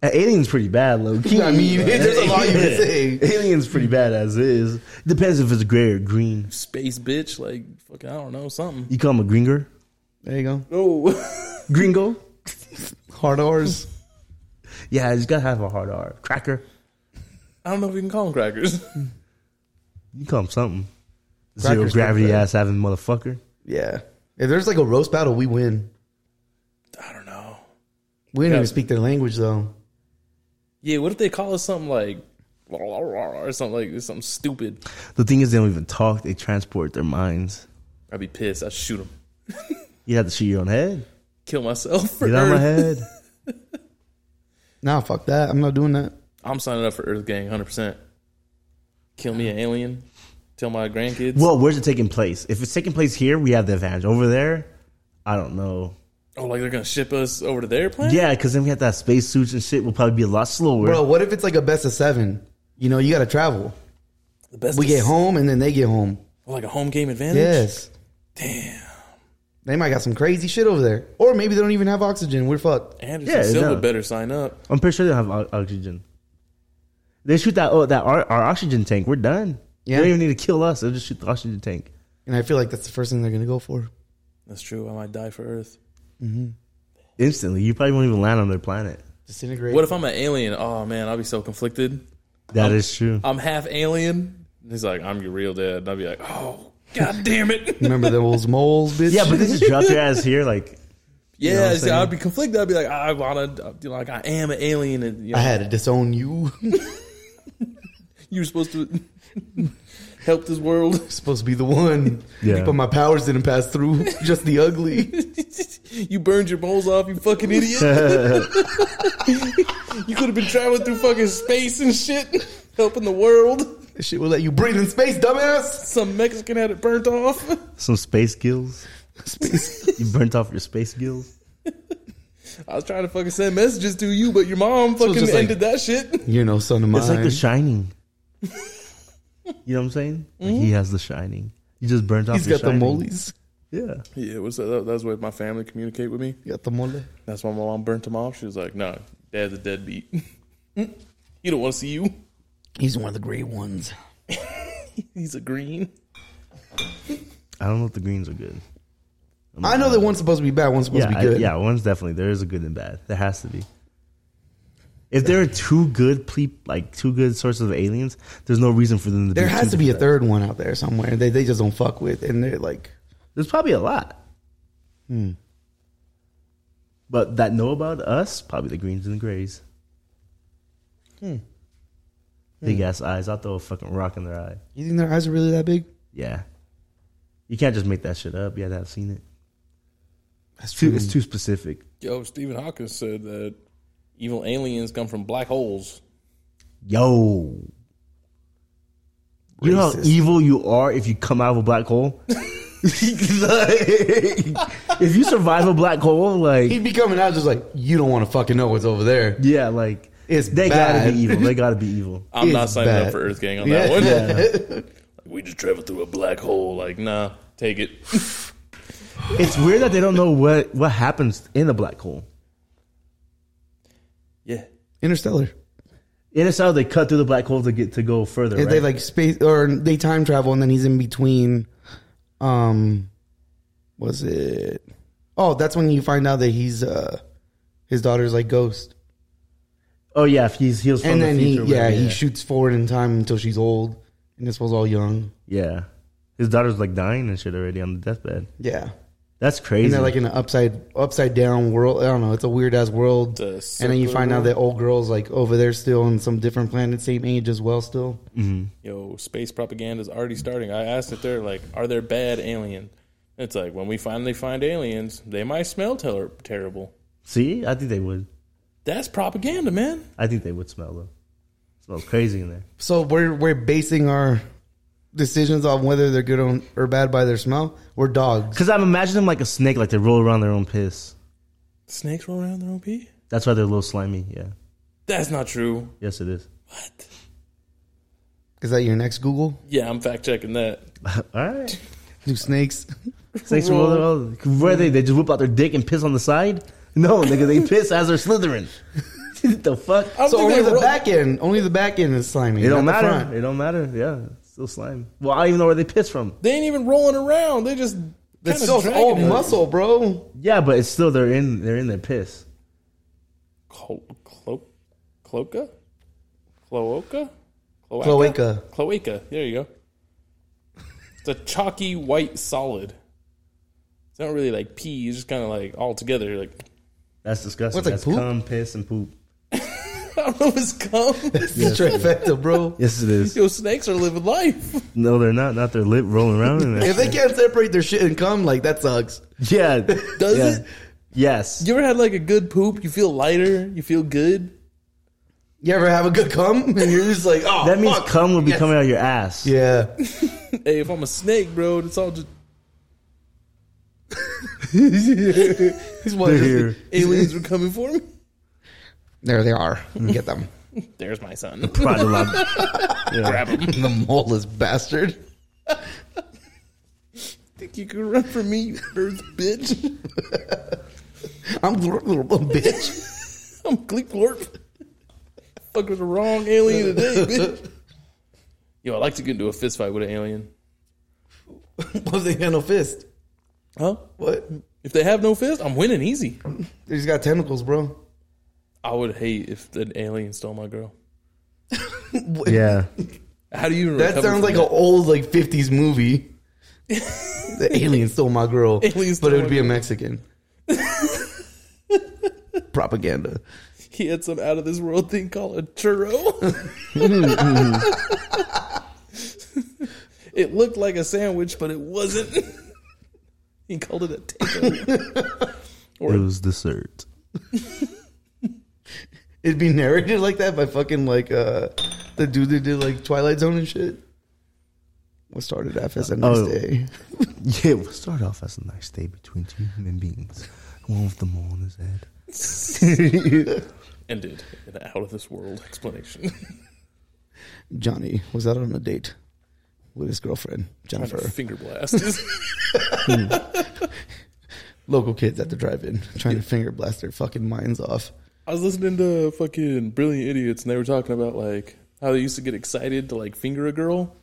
C: An alien's pretty bad, low
B: [LAUGHS]
C: key.
B: I mean, there's a lot you can say.
C: alien's pretty bad as is. Depends if it's gray or green.
D: Space bitch. Like fucking, I don't know something.
C: You call him a gringer?
B: There you go.
D: Oh,
C: Gringo?
B: Hard R's.
C: Yeah, you just gotta have a hard R. Cracker?
D: [LAUGHS] I don't know if we can call them crackers. [LAUGHS]
C: You call him something. Zero
B: Cracker's
C: gravity
B: good,
C: ass having motherfucker.
B: Yeah. If there's like a roast battle, we win.
D: I don't know.
B: We didn't
D: Yeah.
B: even speak their language though.
D: Yeah, what if they call us something like [LAUGHS] or something like something stupid?
C: The thing is, they don't even talk, they transport their minds.
D: I'd be pissed. I'd shoot him.
C: You have to shoot your own head.
D: Kill myself for
C: Get out of my
D: Earth.
C: head.
B: Nah, fuck that. I'm not doing that.
D: I'm signing up for Earth Gang 100%. Kill me an alien. Tell my grandkids.
C: Well, where's it taking place? If it's taking place here, we have the advantage. Over there, I don't know.
D: Oh, like they're going to ship us over to their planet?
C: Yeah, because then we have to have space suits and shit. We'll probably be a lot slower.
B: Bro, what if it's like a best of seven? You know, you gotta travel.
D: The best
B: We
D: is-
B: get home and then they get home.
D: Like a home game advantage?
B: Yes.
D: Damn.
B: They might got some crazy shit over there. Or maybe they don't even have oxygen. We're fucked.
D: Anderson
C: Yeah,
D: Silva
C: no.
D: better sign up.
C: I'm pretty sure they don't have o- oxygen. They shoot that oh, that our, our oxygen tank. We're done.
B: Yeah.
C: They don't even need to kill us. They'll just shoot the oxygen tank.
B: And I feel like that's the first thing they're gonna go for.
D: That's true. I might die for Earth.
C: Instantly. You probably won't even land on their planet.
B: Disintegrate.
D: What if I'm an alien? Oh, man, I'll be so conflicted.
C: That is true.
B: Uh,
D: I'm half alien. And He's like, I'm your real dad. And I'll be like, oh, god damn
B: [LAUGHS]
D: it.
B: remember those moles, bitch?
C: Yeah, but they just
B: [LAUGHS]
C: dropped your ass here. Like, [LAUGHS] know what
D: [LAUGHS] Yeah,
C: I'm
D: see,
C: saying?
D: I'd be conflicted. I'd be like, I want to, you know, like I am an alien, and you know,
B: I had to disown you. [LAUGHS]
D: you were supposed to [LAUGHS] help this world. [LAUGHS]
B: supposed to be the one.
C: Yeah.
B: But my powers didn't pass through.
C: [LAUGHS]
B: Just the ugly.
D: you burned your balls off, you fucking idiot. you could have been traveling through fucking space and shit, [LAUGHS] helping the world.
B: This shit will let you breathe in space, dumbass.
D: Some Mexican had it burnt off. [LAUGHS]
C: some space gills.
B: Space.
C: [LAUGHS] You burnt off your space gills.
D: I was trying to fucking send messages to you, but your mom fucking
B: just like-
D: ended that shit.
B: you know, son of mine.
C: It's like The Shining. You know what I'm saying? Like, he has The Shining. You just burnt off
B: Mm-hmm. He's
C: your
B: got the
C: Shining.
B: moles.
C: Yeah.
D: Yeah, what's that? That was the way my family communicate with me.
B: He got the mole.
D: That's why my mom burnt him off. She was like, "No, dad's a deadbeat. [LAUGHS] he don't want to see you.
B: He's one of the great ones.
D: He's a green."
C: I don't know if the greens are good.
B: I know that one's supposed to be bad, one's supposed
C: yeah,
B: to be
C: I-
B: good.
C: yeah, one's definitely there is a good and bad. There has to be. If there are two good ple- like two good sources of aliens, there's no reason for them to.
B: There
C: be
B: has
C: two
B: to be a
C: different-
B: third one out there somewhere. They they just don't fuck with, and they're like,
C: There's probably a lot.
B: Hmm.
C: But that know about us, probably the greens and the grays.
B: Hmm.
C: Big ass eyes. I'll throw a fucking rock in their eye.
B: you think their eyes are really that big?
C: Yeah, you can't just make that shit up. You had to have seen it.
B: That's
C: Too, it's too specific.
D: Yo, Stephen Hawking said that evil aliens come from black holes.
C: Yo. You know how
B: Racist.
C: evil you are if you come out of a black
B: [LAUGHS]
C: hole? if you survive a black hole, like
B: He'd be coming out just like, you don't want to fucking know what's over there.
C: yeah, like
B: It's
C: they gotta
B: bad.
C: be evil. They gotta be evil.
D: I'm not
B: It's
D: signing up
B: bad.
D: for Earth Gang on
B: Yeah.
D: that one.
B: Yeah.
D: We just travel through a black hole. Like, nah, take it.
C: It's weird that they don't know what what happens in a black hole.
D: [LAUGHS] yeah.
B: Interstellar.
C: In Interstellar, they cut through the black hole to get to go further.
B: They
C: right?
B: like space or they time travel, and then he's in between. Um, was it? Oh, that's when you find out that he's uh, his daughter's like ghost,
C: oh yeah, if he's he's from
B: and
C: the
B: then he
C: future.
B: yeah
C: whatever,
B: he shoots forward in time until she's old, and this was all young.
C: yeah. His daughter's like dying and shit already on the deathbed.
B: Yeah,
C: That's crazy.
B: Isn't that like in an upside upside down world? I don't know. It's a weird ass world.
D: a
B: And then you
D: circular
B: find out
D: world.
B: that old girl's like over there still in some different planet, same age as well. Still,
D: Yo, space propaganda is already starting. I asked if they're like, are there bad alien? It's like when we finally find aliens, they might smell ter- terrible.
C: See, I think they would.
D: That's propaganda, man.
C: I think they would smell them. Smells crazy in there.
B: so we're we're basing our decisions on whether they're good on, or bad by their smell. We're dogs.
C: Because I'm imagining them like a snake, like they roll around their own piss.
D: Snakes roll around their own pee.
C: That's why they're a little slimy. Yeah.
D: That's not true.
C: Yes, it is. [LAUGHS]
D: What?
B: Is that your next Google?
D: Yeah, I'm fact checking that.
C: All right.
B: Do [LAUGHS] snakes?
C: Snakes roll their own. Where they? They just whip out their dick and piss on the side? No, nigga, they piss as they're slithering. [LAUGHS] the fuck?
D: I don't
B: so
D: think
B: only
D: they
B: the
D: roll-
B: back end, only the back end is slimy.
C: It don't
B: not the
C: matter.
B: front.
C: It don't matter. Yeah, it's still slime. Well, I don't even know where they piss from.
D: They ain't even rolling around. They just
B: It's
D: kinda
B: just
D: dragging
B: all
D: it.
B: muscle, bro.
C: Yeah, but it's still they're in they're in their piss.
D: Clo- clo- cloaca, cloaca, cloaca,
B: Cloaca.
D: Cloaca. There you go. It's a chalky white solid. It's not really like pee. It's just kind of like all together. Like [LAUGHS]
C: That's disgusting.
B: What's like
C: That's
B: poop?
C: cum, piss, and poop.
D: I don't know if it's cum.
B: It's the trifecta, bro.
C: Yes, it
D: [LAUGHS]
C: is.
D: Yo, snakes are living life.
C: [LAUGHS] No, they're not. Not their lip rolling around
B: [LAUGHS]
C: in
B: If
C: there.
B: they can't separate their shit and cum, like that sucks.
C: yeah.
D: Does
C: yeah.
D: it?
C: Yes.
D: You ever had like a good poop? You feel lighter. You feel good.
B: You ever have a good cum [LAUGHS] and you're just like, oh,
C: That means
B: fuck.
C: cum will be
B: Yes.
C: coming out of your ass.
B: Yeah,
D: Hey, if I'm a snake, bro, it's all just
B: [LAUGHS] he's one.
C: Here.
D: aliens are coming for me.
B: There they are. Get them.
D: There's my son.
C: Pride of love. Yeah.
B: the moleless bastard. [LAUGHS]
D: Think you can run from me, you birth bitch? [LAUGHS]
B: I'm a little bitch. [LAUGHS]
D: I'm Gleek Lorp. Fuck with the wrong alien today, bitch. Yo, I'd like to get into a fist fight with an alien.
B: What if they got no fist?
D: Huh?
B: What?
D: If they have no fist, I'm winning easy.
B: They just got tentacles, bro.
D: I would hate if an alien stole my girl.
C: [LAUGHS] yeah.
D: How do you even
B: That
D: recover
B: sounds like
D: from
B: an old like '50s movie.
D: [LAUGHS]
B: the alien stole my girl,
D: Alien stole
B: but it
D: my
B: would be a
D: girl. [LAUGHS]
B: Mexican. Propaganda.
D: He had some out of this world thing called a churro. [LAUGHS] it looked like a sandwich, but it wasn't. he called it a taco.
C: It was dessert.
B: It'd be narrated like that by fucking like uh the dude that did like Twilight Zone and shit. What started off as a nice
C: Oh.
B: day.
C: Yeah, it will start off as a nice day between two human beings. One with the mole on his head.
D: Ended in an out of this world explanation.
B: Johnny was out on a date with his girlfriend,
D: Kind of
B: Jennifer.
D: Finger blast. [LAUGHS]
B: Local kids at the drive-in trying to finger blast their fucking minds off.
D: I was listening to fucking Brilliant Idiots, and they were talking about like how they used to get excited to like finger a girl,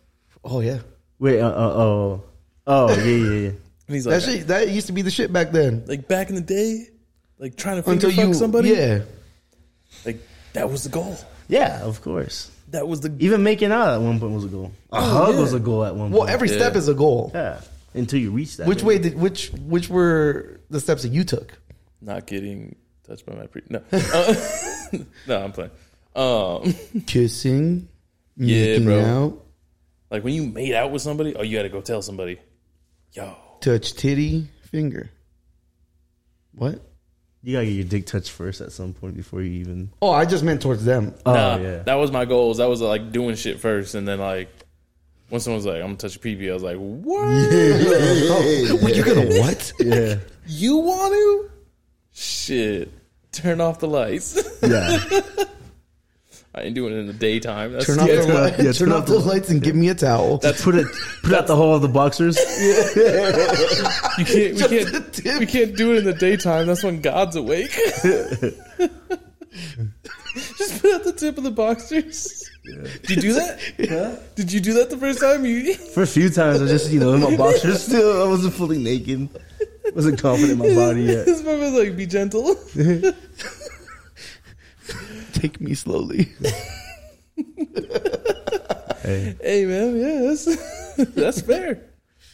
B: Oh yeah,
C: Wait, uh, uh, oh. Oh, yeah, yeah, yeah.
D: and he's like,
B: that shit, that used to be the shit back then.
D: like back in the day, like trying to finger
B: Until
D: fuck
B: you
D: somebody,
B: yeah,
D: like that was the goal.
C: Yeah, of course.
D: That was the
C: Even making out at one point was a goal. A hug
D: yeah.
C: was a goal at one point.
B: well, every step is a goal.
C: yeah. Until you reach that.
B: Which
C: goal.
B: way did which which were the steps that you took?
D: not getting touched by my pre. No, Uh, [LAUGHS] no, I'm playing. Um,
B: [LAUGHS] Kissing,
D: Yeah,
B: making
D: bro.
B: out,
D: like when you made out with somebody, oh, you had to go tell somebody, yo,
B: touch titty, finger. What?
C: You gotta get your dick touched first at some point before you even.
B: Oh, I just meant towards them.
C: Oh
D: nah,
C: yeah.
D: that was my goals. That was like doing shit first, and then like. When someone's like, "I'm gonna touch your pee," I was like, "What?
B: Wait, you're [LAUGHS] gonna what?
C: yeah.
D: You want to? Shit! Turn off the lights." [LAUGHS]
C: Yeah.
D: I ain't doing it in the daytime. That's
B: Turn off
D: scary.
B: the
C: yeah,
B: lights.
C: turn
B: turn,
C: off
B: off
C: the
B: the lights and give me a towel.
C: put it. Put out the whole of the boxers.
D: You can't, we,
B: the tip.
D: can't, we can't do it in the daytime. That's when God's [LAUGHS] awake. Just put out the tip of the boxers. Did you do that? Did you do that the first time? You
C: For a few times, I just you know in my boxers [LAUGHS] still. I wasn't fully naked. Wasn't confident in my body
D: [LAUGHS]
C: yet.
D: this one was like, be gentle.
B: [LAUGHS] Take me slowly.
C: Hey.
D: Hey man, yeah, [LAUGHS] that's, that's fair.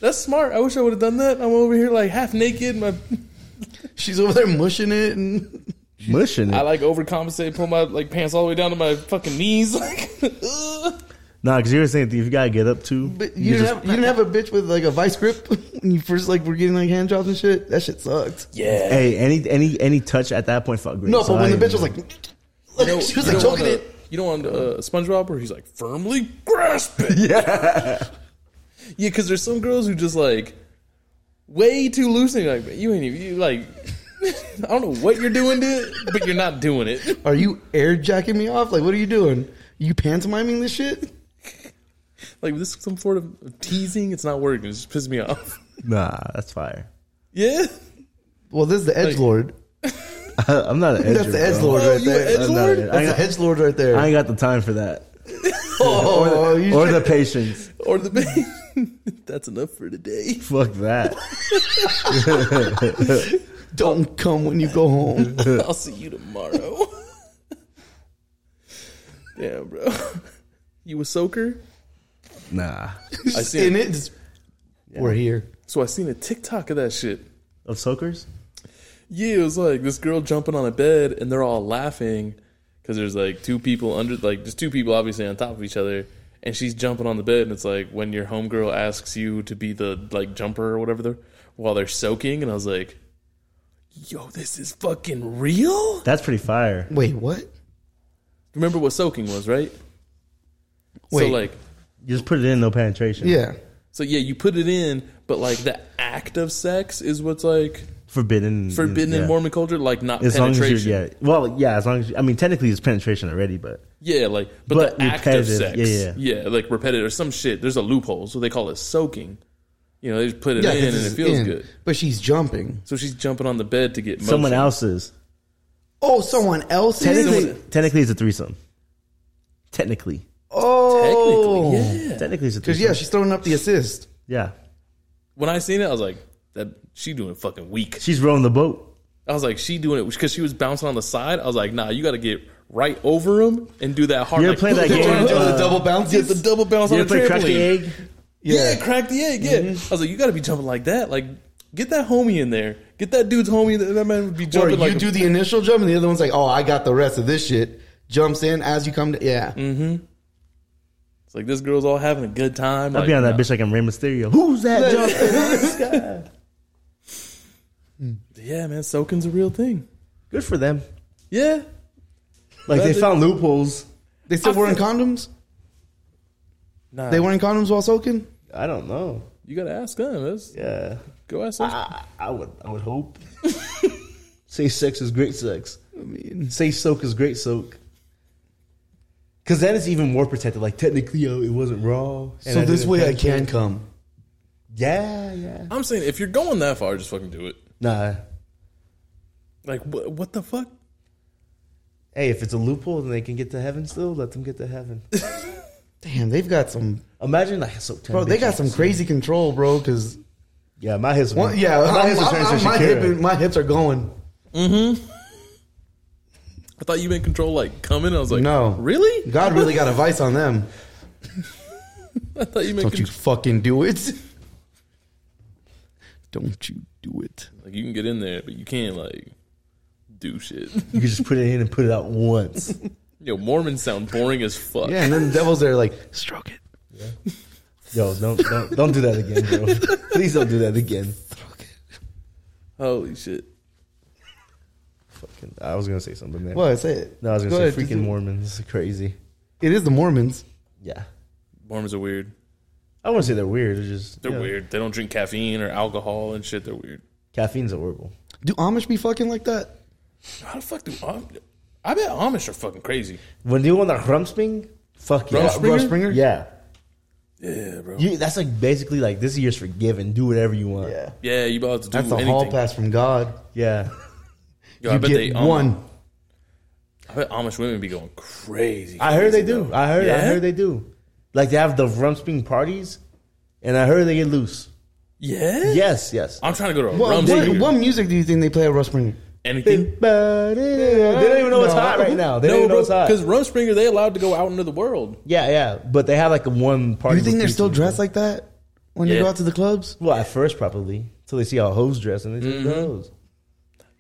D: That's smart. I wish I would have done that. I'm over here like half naked. My
B: [LAUGHS] She's over there mushing it, and [LAUGHS]
C: Mushing
D: I
C: it.
D: like overcompensate, pull my like pants all the way down to my fucking knees. [LAUGHS] Like, ugh.
C: Nah, because you were saying you gotta get up to.
B: but you, didn't have you didn't have a bitch with like a vice grip [LAUGHS] when you first like were getting like hand jobs and shit. That shit sucked.
D: yeah.
C: Hey, any any any touch at that point felt great.
B: No, but
C: So I
B: when the
C: ain't-
B: bitch was like, like
D: You
B: [LAUGHS]
D: know-
B: she was
D: you
B: like
D: don't want
B: choking
D: a-
B: it.
D: You don't want uh, SpongeBob where he's like firmly grasp
B: [LAUGHS]
D: it.
C: yeah,
D: Yeah, because there's some girls who just like way too loose and you're like, you ain't even you like. [LAUGHS] I don't know what you're doing, dude, but you're not doing it. [LAUGHS]
B: Are you air jacking me off? Like, what are you doing? You pantomiming this shit?
D: Like this is some sort of teasing. It's not working. It just pisses me off. [LAUGHS]
C: nah, that's fire. [LAUGHS]
D: Yeah.
B: Well, this is the edge lord.
C: I'm not an edger.
B: That's the edge
C: bro.
B: lord
D: Oh,
B: right
D: you
B: there.
D: an
C: I'm not
D: edgelord?
C: an- I
B: That's
C: ain't
B: the
C: got-
B: edge lord right there.
C: I ain't got the time for that,
B: oh, you
C: or
B: should- [LAUGHS]
C: the patience.
D: Or the [LAUGHS] That's enough for today.
C: Fuck that.
B: don't come when you go
C: [LAUGHS]
B: home.
D: I'll see you tomorrow. [LAUGHS] Damn, bro. You a soaker?
C: Nah,
D: I
B: Just
D: see
B: in
D: it.
B: it. just- We're here.
D: So I seen a TikTok of that shit.
C: of soakers.
D: Yeah, it was like this girl jumping on a bed and they're all laughing because there's like two people under, like just two people obviously on top of each other, and she's jumping on the bed and it's like when your homegirl asks you to be the like jumper or whatever, they're- while they're soaking, and I was like, "Yo, this is fucking real."
C: That's pretty fire.
B: Wait, what?
D: Remember what soaking was, right? So
B: Wait.
D: like,
C: You just put it in, no penetration.
B: Yeah.
D: so yeah, you put it in, but like the act of sex is what's like
C: forbidden.
D: forbidden
C: yeah.
D: in Mormon culture, like not
C: As long
D: penetration.
C: as you're, yeah. Well, yeah. As long as you, I mean, technically it's penetration already, but
D: Yeah, like but,
C: But
D: the act of
C: repetitive,
D: sex.
C: yeah,
D: yeah, like repetitive or some shit. There's a loophole, so they call it soaking. You know, they just put it
B: Yeah,
D: in
B: 'cause
D: and it
B: it's
D: feels
B: in.
D: good.
B: But she's jumping.
D: So she's jumping on the bed to get motion.
C: someone else's.
B: Oh, someone else
C: Technically,
B: is.
C: technically it's a threesome. Technically,
B: Oh,
D: Technically, yeah.
C: technically it's a
B: Because
C: threesome.
B: yeah, she's throwing up the assist.
C: yeah.
D: When I seen it, I was like, "That she doing fucking weak."
C: She's rowing the boat.
D: I was like, "She doing it because she was bouncing on the side." I was like, "Nah, you got to get right over him and do that hard."
C: You ever
D: like, [LAUGHS]
C: played that
D: they're
C: game,
D: trying to do
C: uh,
D: the double bounce, get the double bounce
C: You
D: on
C: ever
D: the
C: play
D: trampoline.
C: crack the egg?
D: Yeah, crack the egg.
B: Mm-hmm.
D: Yeah, I was like, you got to be jumping like that. Like, get that homie in there. Get that dude's homie. in there. That man would be
B: Or
D: jumping
B: you
D: like a-
B: do the initial jump, and the other one's like, "Oh, I got the rest of this shit." Jumps in as you come to. Yeah.
D: It's like this girl's all having a good time.
C: I'd
D: like,
C: be on that bitch like I'm Rey Mysterio. Who's that jumping?
D: Yeah, man, soaking's a real thing.
C: Good for them.
D: Yeah,
C: Like they
D: That's it.
C: found loopholes.
B: They still
D: I
B: wearing
D: feel-
B: condoms.
D: nah,
B: They wearing condoms while soaking.
C: I don't know.
D: You gotta ask them. That's,
C: Yeah,
D: Go ask
B: Ah.
D: them.
C: I, I would. I
B: [LAUGHS]
C: would hope. Say sex is great sex.
B: I mean,
C: Say soak is great soak. Cause then it's even more protected. Like technically, oh, it wasn't raw. and
B: so
C: I
B: this
C: didn't
B: way I
C: touch it.
B: can come.
C: Yeah, yeah.
D: I'm saying if you're going that far, just fucking do it.
C: Nah.
D: Like, what? What the fuck?
C: Hey, if it's a loophole and they can get to heaven still, let them get to heaven.
B: Damn, they've got some
C: Imagine like so
B: bro. They got some crazy control, bro. Because
C: Yeah, my hips.
B: yeah, [LAUGHS]
C: my
B: I'm-
C: hips are
B: I'm-
C: turning
B: I'm-
C: to
B: my, hip,
C: Shakira.
B: my hips are going.
D: I thought you been control like coming. I was like,
B: No,
D: really?
B: God really got a vice on them.
D: [LAUGHS] I thought you meant
B: [LAUGHS] Don't you
D: control.
B: fucking do it. [LAUGHS] Don't you do it.
D: like you can get in there, but you can't like do shit. [LAUGHS]
C: You can just put it in and put it out once.
D: Yo, Mormons sound boring as fuck.
B: Yeah, and then the devil's there like stroke it.
C: Yo, don't don't don't do that again, bro. Please don't do that again.
D: Holy shit.
C: Fucking, I was gonna say something there.
B: Well, that's it.
C: No, I was gonna
B: Go
C: say
B: ahead,
C: freaking
B: just-
C: Mormons. Crazy.
B: It is the Mormons.
C: Yeah.
D: Mormons are weird.
C: I wouldn't say they're weird. They're just
D: They're
C: yeah.
D: weird. They don't drink caffeine or alcohol and shit. They're weird.
C: Caffeine's horrible.
B: Do Amish be fucking like that?
D: How the fuck do Am- I bet Amish are fucking crazy.
C: When you want the rumsping, fuck yeah.
D: Rumspring? Springer?
B: Rush Springer?
C: Yeah.
D: Yeah, bro.
C: You, that's like basically like this year's forgiven. Do whatever you want.
B: Yeah.
D: Yeah, you about to do
B: That's a
D: anything.
B: hall pass from God. [LAUGHS]
C: Yeah.
B: You
D: Yo, I bet
B: get
D: they um,
B: one.
D: I bet Amish women be going crazy.
C: I heard they do. I heard. I
D: Yeah?
C: heard they do. Like they have the rumsping parties, and I heard they get loose.
D: yeah,
C: Yes, yes.
D: I'm trying to go to a
B: What,
D: rum
B: what,
D: springer.
B: what music do you think they play at Rush Springer?
D: anything.
C: They don't even know what's
B: No.
C: hot right now. They
D: No,
C: don't even know
D: bro,
C: what's hot.
D: because rum springer they allowed to go out into the world.
C: Yeah, yeah. But they have like a one party.
B: You think
C: with
B: they're
C: three
B: still
C: people.
B: dressed like that? when they
D: Yeah.
B: go out to the clubs?
C: Well, at first probably till they see how hoes dress and they take
B: Mm-hmm.
C: the hoes.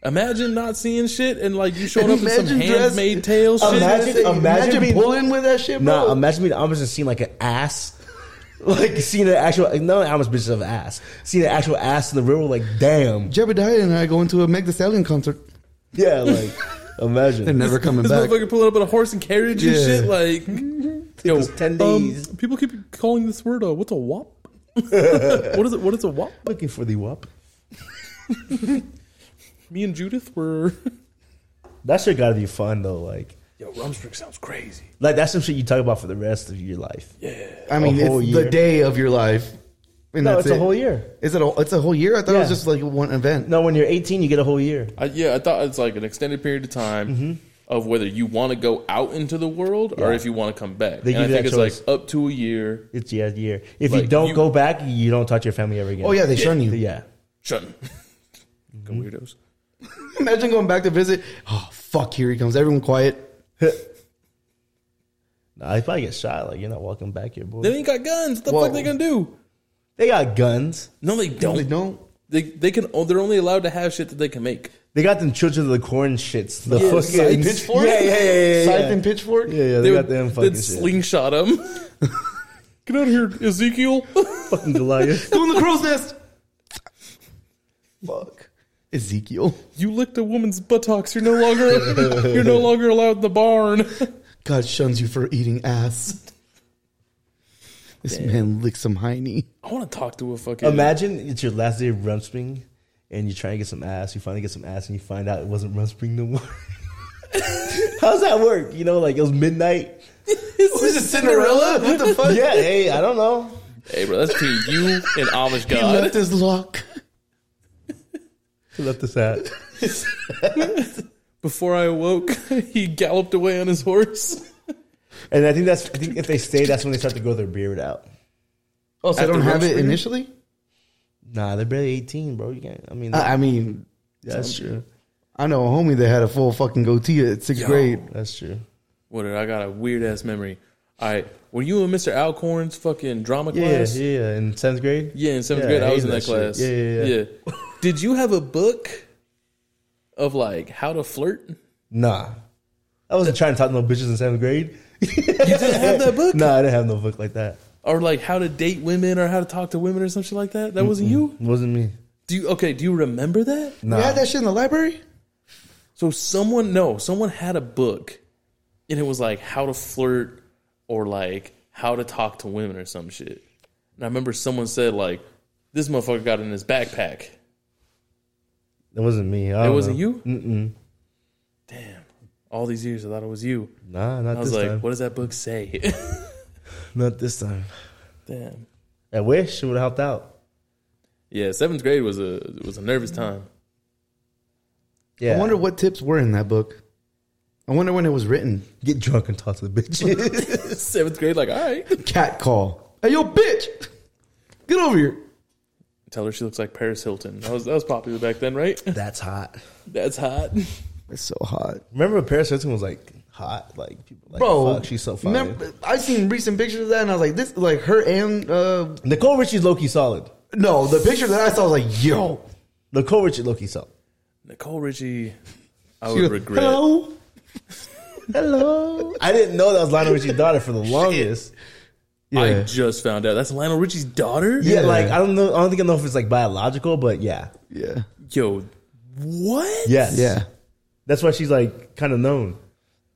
D: Imagine not seeing shit and like you showing up in some
B: Imagine dress-
D: handmade tail shit.
C: Imagine-
B: Imagine,
C: imagine being-
B: pulling with that shit, bro.
C: Nah, imagine me the opposite seeing like an ass. [LAUGHS] Like seeing an actual no how much bitches have ass. Seeing an actual ass in the real like damn.
B: Jebediah and I go into a Meg Thee Stallion concert. [LAUGHS]
C: Yeah, like
B: They're
C: imagine.
B: never coming
D: This
B: back.
D: motherfucker pulling up in a horse and carriage and
B: Yeah.
D: shit. Like,
C: [LAUGHS]
D: yo,
C: us 10
D: um,
C: days.
D: people keep calling this word a what's a wop? [LAUGHS] what is it? What is a wop?
C: Looking for the wop.
D: Me and Judith were. [LAUGHS]
C: That shit gotta be fun though, like
D: Yo, Rumstrick sounds crazy.
C: like that's some shit you talk about for the rest of your life.
B: I mean,
C: a whole
B: it's
C: year.
B: the day of your life. And
C: No,
B: that's
C: it's
B: it.
C: a whole year.
B: Is it a, it's a whole year? I thought it was
C: Yeah.
B: just like one event.
C: No, when you're 18, you get a whole year.
D: I, yeah, I thought it's like an extended period of time
C: Mm-hmm.
D: of whether you want to go out into the world or if you want to come back.
C: They
D: and I
C: give you
D: think it's
C: that choice.
D: like up to a year.
C: It's yeah, year. If you
D: Like,
C: don't
D: you-
C: go back, you don't touch your family ever again.
B: Oh yeah, they shun you.
C: yeah.
D: [LAUGHS] Shut. Go
C: Mm-hmm.
D: weirdos.
B: Imagine going back to visit. Oh fuck! Here he comes. Everyone quiet.
C: Nah, they probably get shot. Like you're not walking back here, boy.
D: They ain't got guns. What the
B: Whoa.
D: fuck they gonna do?
C: They got guns.
D: No, they don't.
B: They don't.
D: They they can. oh, They're only allowed to have shit that they can make.
C: They got them children of the corn shits. The
B: Yeah,
C: fucking
B: scythe, pitchfork?
C: Yeah, yeah, yeah, yeah, yeah.
B: Scythe and pitchfork.
C: Yeah, yeah, they,
D: would-
C: got them fucking
D: they'd
C: shit.
D: slingshot
C: [LAUGHS]
D: him. Get out of here, Ezekiel.
C: fucking [LAUGHS] Goliath.
B: Go in the crow's nest. Fuck. Ezekiel.
D: you licked a woman's buttocks. You're no
C: [LAUGHS]
D: longer you're no longer allowed in the barn. [LAUGHS]
B: God shuns you for eating ass. This man licked some hiney.
D: I want to talk to a fucking.
C: Imagine it's your last day of rum spring, and you try and get some ass. You finally get some ass, and you find out it wasn't rum spring no more. [LAUGHS] How's that work? You know, like it was midnight.
B: Was Oh, it Cinderella? What the fuck?
C: Yeah, hey, I don't know.
D: hey, bro, that's between you and Amish
C: [LAUGHS]
B: He [LAUGHS] left
D: God.
B: his lock.
C: He left this out.
D: Before I awoke, [LAUGHS] he galloped away on his horse.
C: And I think that's. I think if they stay, that's when they start to grow their beard out.
B: Oh, so I
D: After
B: don't have
D: Rumspringa?
B: it initially.
C: Nah, they're barely eighteen, bro. You can't. I mean,
B: I I mean,
C: that's true.
B: I know a homie that had a full fucking goatee at sixth
D: Yo.
B: grade.
C: That's true.
D: What? did- I got a weird ass memory. I were you in Mr. Alcorn's fucking drama
C: Yeah,
D: class?
C: yeah. yeah. In seventh grade,
D: Yeah, in seventh
C: Yeah,
D: grade,
C: I
D: I was in
C: hated
D: that,
C: that shit.
D: class.
C: Yeah, yeah, yeah.
D: Did you have a book of like how to
C: [LAUGHS]
D: flirt? You
C: Nah. I wasn't trying to talk to no bitches in seventh grade.
D: didn't have that book,
C: [LAUGHS] Nah, I didn't have no book like that.
D: or like how to date women, or how to talk to women, or some shit like that. That wasn't you.
C: It wasn't me.
D: Do you okay? Do you remember that?
C: Nah.
B: You had that shit in the library.
D: So someone no, someone had a book, and it was like how to flirt, or like how to talk to women, or some shit. And I remember someone said like, "This motherfucker got it in his backpack."
C: That wasn't me.
D: It wasn't
C: know.
D: you. Mm-mm. Damn! All these years, I thought it was you.
C: Nah, not
D: I
C: this
D: was like,
C: time.
D: "What does that book say?" [LAUGHS]
C: Not this time.
D: Damn.
C: I wish it would have helped out.
D: Yeah, seventh grade was a was a nervous time. [LAUGHS]
C: Yeah.
B: I wonder what tips were in that book. I wonder when it was written.
C: Get drunk and talk to the bitches.
D: seventh grade, like, all
B: [LAUGHS]
D: right,
B: Cat call. Hey, yo, bitch, get over here.
D: tell her she looks like Paris Hilton. That was that was popular back then, right? [LAUGHS]
C: That's hot.
D: That's hot.
B: It's so hot,
C: Remember when Paris Hilton was like hot? Like people like
B: bro.
C: fuck, she's so fine.
B: remember- I seen recent pictures of that, and I was like, this, like her and uh,
C: Nicole Richie's Loki solid.
B: no, the picture that I saw was like, yo,
C: Nicole Richie Loki solid.
D: Nicole Richie, I would regret.
C: Hello. Hello. I didn't know that was Lionel Richie's daughter for the longest.
D: I
B: yeah,
D: just found out that's Lionel Richie's daughter.
C: Yeah,
B: Yeah.
C: like I don't know. I don't think I know if it's like biological, but yeah,
B: yeah,
D: Yo, what?
C: yes,
B: yeah.
C: That's why she's like kind of known.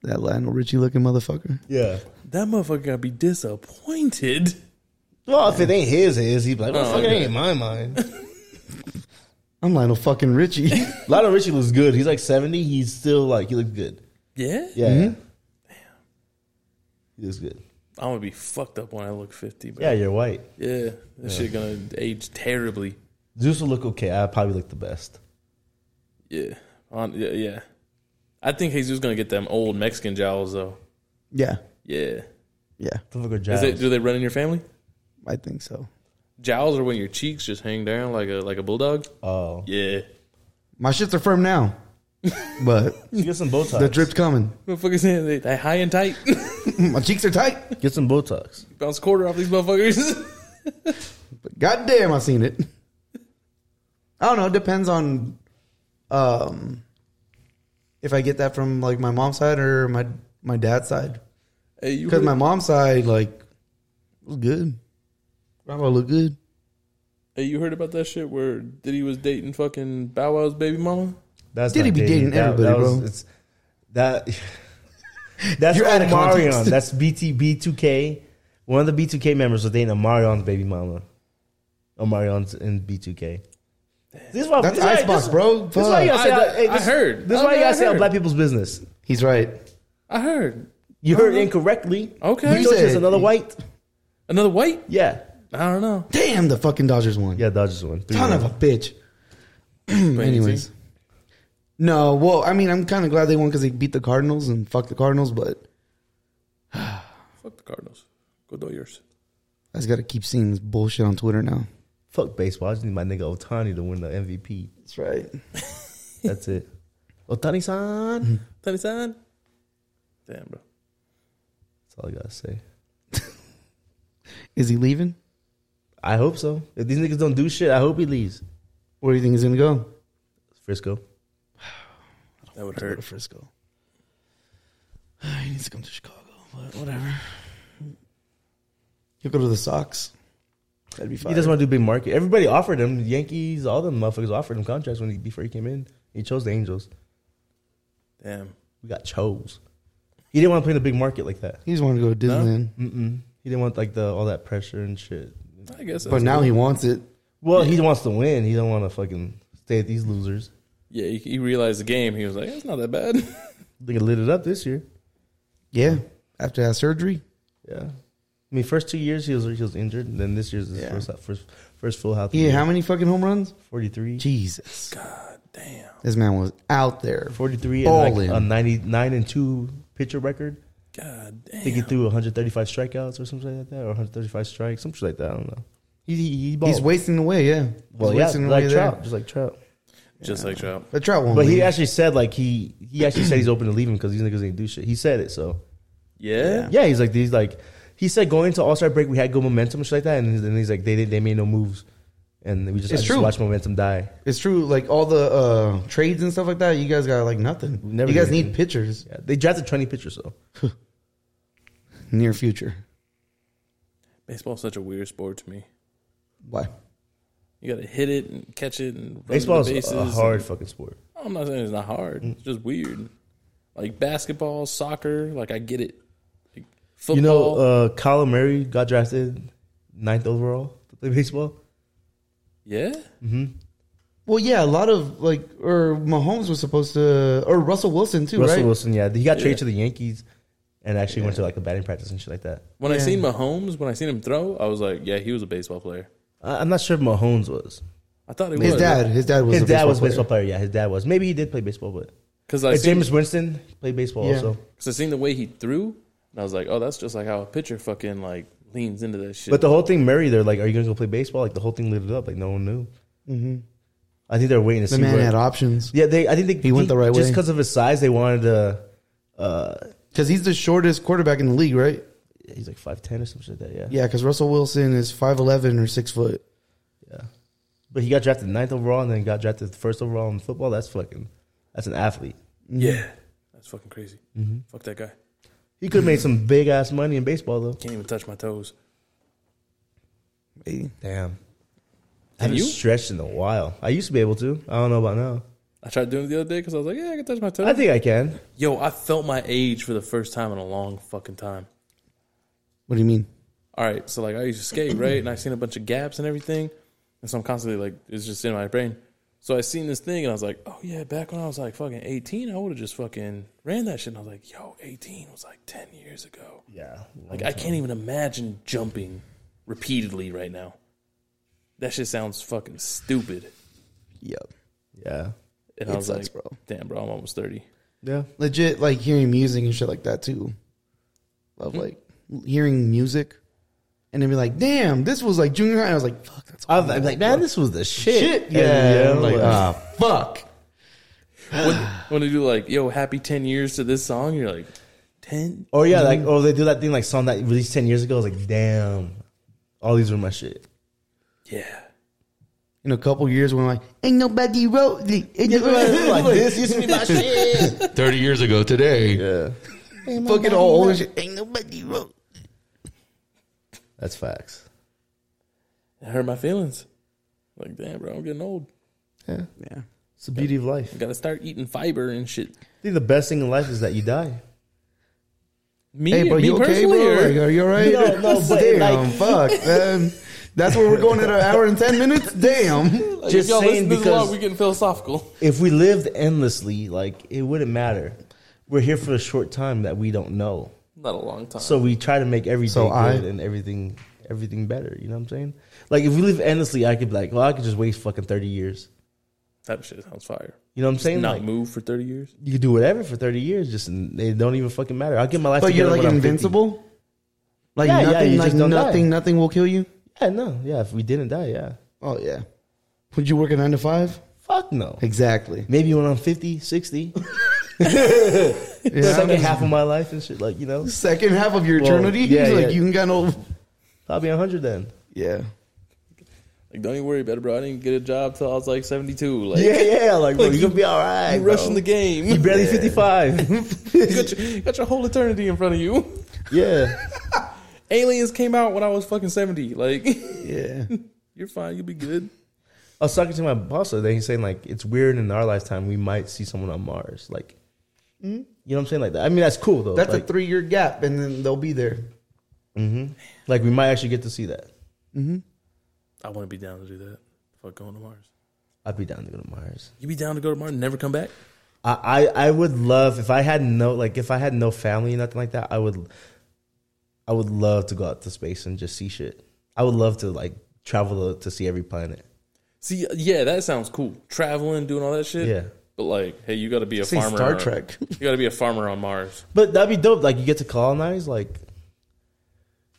B: That Lionel Richie looking motherfucker.
C: Yeah.
D: That motherfucker gotta be disappointed.
C: Well, if it ain't his, it is. He'd be like, well,
D: Oh,
C: fuck, it
D: okay.
C: ain't my mind.
B: I'm Lionel fucking Richie.
C: Lionel Richie looks good. He's like seventy. He's still like he looks good.
D: Yeah,
C: Yeah. He looks good.
D: I'm gonna be fucked up when I look fifty. But
C: Yeah,
D: yeah,
C: you're white.
D: this shit gonna age terribly.
C: Zeus will look okay. I probably look the best.
D: Yeah, on yeah, yeah. I think Jesus gonna get them old Mexican jowls though.
B: [LAUGHS] yeah,
D: Yeah.
B: yeah,
C: Motherfucker
D: Is
C: Giles.
D: they, do they run in your family?
B: I think so.
D: Jowls are when your cheeks just hang down like a like a bulldog.
C: oh,
D: Yeah,
B: My shits are firm now, [LAUGHS] but
C: You get some
B: [LAUGHS]
C: Botox.
B: the drip's coming.
D: motherfuckers, they, they high and tight. [LAUGHS]
B: My cheeks are tight.
C: Get some Botox.
D: Bounce a quarter off these motherfuckers. [LAUGHS]
B: But goddamn, I seen it. I don't know. It depends on um, if I get that from like my mom's side or my my dad's side.
D: Hey, you
B: Because
D: heard,
B: my mom's side, like, was good. Grandma looked good.
D: hey, you heard about that shit where Diddy was dating fucking Bow Wow's baby mama?
C: That's
B: Diddy
C: not
B: be dating
C: that
B: everybody,
C: was-
B: bro.
C: It's, that [LAUGHS] that's
B: You're out of
C: Omarion.
B: context.
C: That's BTB 2K. One of the B2K members was dating Omarion's baby mama. Omarion's in B2K. This is why
B: That's
C: this is why-
B: Icebox,
C: this-
B: bro.
C: This is why you gotta
D: Fuck.
C: say
D: I-
C: that- hey,
D: I
C: this-
D: heard.
C: This is
D: I
C: why you
D: mean, I
C: gotta say out
D: heard.
C: black people's business.
B: He's right.
D: I heard.
C: You heard incorrectly.
D: Okay.
C: You told
B: said-
C: us another white.
D: Another white?
C: Yeah.
D: I don't know.
B: Damn, the fucking Dodgers won.
C: Yeah, Dodgers won. Three
B: Ton of a bitch. [CLEARS THROAT] Anyways. No, well, I mean, I'm kind of glad they won because they beat the Cardinals and fuck the Cardinals, but
D: Fuck the Cardinals. Go do yours.
B: I just got to keep seeing this bullshit on Twitter now.
C: Fuck baseball. I just need my nigga Otani to win the MVP.
B: That's right.
C: That's it. Otani san. That's
D: Tony San. Damn, bro.
C: all I gotta say.
B: Is he leaving?
C: I hope so. If these niggas don't do shit, I hope he leaves.
B: Where do you think he's going to go?
C: Frisco.
D: That would hurt.
B: Frisco. [SIGHS] he needs to come to Chicago, but whatever. He'll go to the Sox. That'd be fine.
C: He doesn't want to do big market. Everybody offered him. Yankees, all them motherfuckers offered him contracts when he before he came in. He chose the Angels.
D: Damn.
C: We got chose. He didn't want to play in the big market like that.
B: He just wanted to go to Disneyland,
C: Mm-mm. He didn't want like the all that pressure and shit.
D: I guess.
B: but
D: That's
B: now he wants it.
C: Well, he wants to win. He don't want to fucking stay at these losers.
D: yeah, he, he realized the game. He was like, it's not that bad. [LAUGHS]
C: They lit it up this year.
B: Yeah, after that surgery.
C: Yeah. I mean, first two years he was he was injured, and then this year's his
B: Yeah.
C: first first first full health.
B: He had how many fucking home runs?
C: Forty three.
B: Jesus, God
D: damn.
B: this man was out there.
C: 43
B: All
C: and like
B: in.
C: a 99 and 2 pitcher record.
D: God
C: I think he
D: damn.
C: threw 135 strikeouts or something like that, or 135 strikes, something like that. I don't know. He, he, he
B: He's
C: balled.
B: wasting away. Yeah,
C: well,
B: He's
C: yeah,
B: wasting
C: like
B: away there. Oh,
C: Trout, just like Trout.
D: Just like Trout.
B: But Trout won't.
C: But he
B: leave.
C: actually said like he he actually said he's open to leaving because these niggas ain't do shit. He said it so.
D: Yeah.
C: Yeah, he's like he's like he said going to All Star break we had good momentum and shit like that, and then he's like they did they made no moves, and we just, I
B: It's
C: just
B: true.
C: watched momentum die.
B: it's true. Like all the uh, trades and stuff like that, you guys got like nothing.
C: Never
B: you guys
C: did.
B: need pitchers.
C: Yeah, they drafted 20 pitchers so.
B: Near future.
D: Baseball's such a weird sport to me.
B: Why?
D: You got to hit it and catch it and run
C: Baseball
D: to the
C: is
D: bases.
C: a uh, hard Mm. fucking sport.
D: I'm not saying it's not hard. It's just weird. Like basketball, soccer, like I get it. Like football.
C: You know, uh, Kyler Murray got drafted ninth overall to play baseball.
D: yeah.
B: Well, yeah, a lot of like, or Mahomes was supposed to, or Russell Wilson
C: [LAUGHS]
B: too,
C: Russell
B: right?
C: Wilson, yeah, he got
D: Yeah.
C: traded to the Yankees and actually went to like a batting practice and shit like that.
D: When I
B: Yeah.
D: seen Mahomes, when I seen him throw, I was like, yeah, he was a baseball player.
C: I- I'm not sure if Mahomes was.
D: I thought he
B: His
D: was.
B: dad, his dad was
C: His
B: a
C: dad
B: baseball
C: was a
B: player.
C: baseball player. Yeah, his dad was. Maybe he did play baseball, but
D: Because I,
C: But
D: seen-
C: James Winston played baseball
B: Yeah.
C: also.
D: cause I seen the way he threw, and I was like, oh, that's just like how a pitcher fucking like leans into that shit.
C: But the whole thing, Murray, they're like, "Are you going to go play baseball?" Like the whole thing lit it up. Like no one knew. I think they're waiting to
B: Mm-hmm. The
C: see.
B: man
C: where-
B: had options
C: yeah, they. I think they,
B: He went the right
C: just
B: way.
C: because of his size. They wanted to. Uh,
B: because he's the shortest quarterback in the league, right?
C: he's like five ten or something like that. Yeah.
B: Yeah, because Russell Wilson is five eleven or six foot.
C: Yeah. But he got drafted ninth overall and then got drafted first overall in football. That's fucking, that's an athlete.
D: yeah,
C: Mm-hmm.
D: that's fucking crazy. Fuck that guy.
C: He could have made some big ass money in baseball though.
D: Can't even touch my toes.
B: Hey,
C: Damn. I haven't
D: you?
C: stretched in a while. I used to be able to. I don't know about now.
D: I tried doing it the other day because I was like, yeah, I can touch my toes.
C: I think I can.
D: Yo, I felt my age for the first time in a long fucking time.
B: What do you mean?
D: all right, so like I used to skate, right? And I seen a bunch of gaps and everything. And so I'm constantly like, it's just in my brain. So I seen this thing and I was like, oh yeah, back when I was like fucking 18, I would have just fucking ran that shit. And I was like, yo, 18 was like 10 years ago.
C: Yeah.
D: Like I can't even imagine jumping repeatedly right now. That shit sounds fucking stupid.
B: Yep.
C: Yeah.
B: It
D: And I was
B: sucks,
D: like,
B: bro.
D: damn, bro, I'm almost 30.
C: Yeah.
B: Legit, like hearing music and shit like that too.
C: Mm-hmm.
B: Love like hearing music, and then be like, "Damn, this was like junior high." I was like, "Fuck, that's
C: I'm like, man, this was the shit.
B: shit."
C: And, you
B: Yeah,
C: know,
B: I'm like,
C: like, uh,
B: ah, fuck.
D: When, when they do like, yo, happy 10 years to this song, you're like, 10?
C: Or yeah, like or they do that thing like song that released ten years ago. I was like, damn. All these were my shit.
D: Yeah.
B: In a couple years, when like ain't nobody wrote
C: [LAUGHS]
B: the
C: [LAUGHS]
B: [LAUGHS]
C: like this used to be my shit.
E: 30 years ago today.
C: Yeah,
B: fucking all old and shit. Ain't nobody wrote.
C: that's facts.
D: It hurt my feelings. Like, damn, bro, I'm getting old.
B: Yeah,
C: It's the beauty of life.
D: I gotta start eating fiber and shit.
C: I think the best thing in life is that you die.
D: Me,
B: Hey, bro,
D: me
B: you okay,
D: personally,
B: bro?
D: or-
B: Like, are you all right?
C: No, no,
B: [LAUGHS]
C: but,
B: Damn, fuck. Um, that's where we're going at an hour and ten minutes.
C: [LAUGHS]
B: Damn.
D: like, if
C: just
D: y'all listen to
C: saying
D: this
C: because-
D: long, we getting philosophical. [LAUGHS]
C: If we lived endlessly, like it wouldn't matter. We're here for a short time that we don't know.
D: Not a long time.
C: So we try to make everything
B: So
C: good
B: I-
C: and everything everything better. You know what I'm saying? Like if we live endlessly, I could be like, well, I could just waste fucking thirty years.
D: that shit sounds fire.
C: You know what I'm saying?
D: Not
C: Like,
D: move for thirty years.
C: you could do whatever for thirty years, just and they don't even fucking matter. I'll get my life.
B: But you're
C: together
B: like
C: when I'm 50.
B: invincible. Like
C: Yeah, yeah,
B: nothing,
C: you
B: like
C: just don't die.
B: nothing, nothing will kill you.
C: Yeah, no, yeah. If we didn't die, yeah.
B: Oh yeah. Would you work a nine to five?
C: Fuck no.
B: Exactly.
C: Maybe when I'm 50, 60,
B: Yeah.
C: second half of my life and shit, like you know,
B: Second half of your
C: Well,
B: eternity.
C: yeah,
B: like
C: yeah.
B: you can got no.
C: probably 100 then.
B: Yeah.
D: Like, don't even worry about it, bro. I didn't get a job till I was like seventy-two. Like,
C: Yeah, yeah. Like, bro,
D: Like,
C: you're gonna be all
D: [LAUGHS]
C: right.
D: you rushing
C: bro.
D: the game.
C: You're barely 55.
D: [LAUGHS] You got, your, you got your whole eternity in front of you.
C: yeah.
D: Aliens came out when I was fucking seventy. Like, [LAUGHS]
B: Yeah.
D: you're fine. You'll be good.
C: I was talking to my boss the other day. He's saying like it's weird in our lifetime we might see someone on Mars. Like, you know what I'm saying? Like that. I mean, that's cool though.
B: That's
C: like,
B: a three year gap, and then they'll be there.
C: like we might actually get to see that.
D: I wouldn't be down to do that. Fuck going to Mars.
C: I'd be down to go to Mars.
D: You be down to go to Mars and never come back?
C: I, I I would love if I had no like if I had no family and nothing like that. I would I would love to go out to space and just see shit. I would love to like travel to, to see every planet.
D: See, yeah, that sounds cool. Traveling, doing all that shit.
C: Yeah.
D: But like, hey, you got to be a
B: Say
D: farmer.
B: Star
D: on-
B: Trek.
D: You got to be a farmer on
B: [LAUGHS]
D: Mars.
C: But that'd be dope. Like you get to colonize. Like,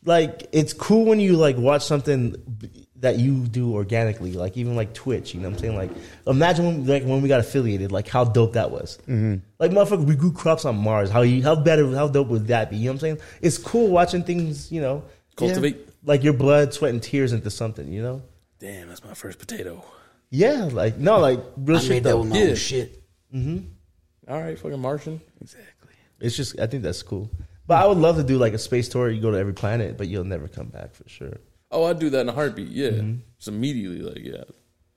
C: like it's cool when you like watch something b- that you do organically. Like even like Twitch. You know what I'm saying? Like imagine when, like when we got affiliated. Like how dope that was. Mm-hmm. Like motherfucker, we grew crops on Mars. How you how better how dope would that be? You know what I'm saying? It's cool watching things. You know,
D: Cultivate.
C: like your blood, sweat, and tears into something. You know?
D: Damn, that's my first potato.
C: Yeah. Like no, like real shit. Though.
D: my own Yeah.
B: shit.
D: All right, fucking Martian.
C: It's just I think that's cool. But I would love to do like a space tour. You go to every planet, but you'll never come back for sure.
D: Oh, I'd do that in a heartbeat. Yeah,
B: Mm-hmm.
D: just immediately. Like, yeah,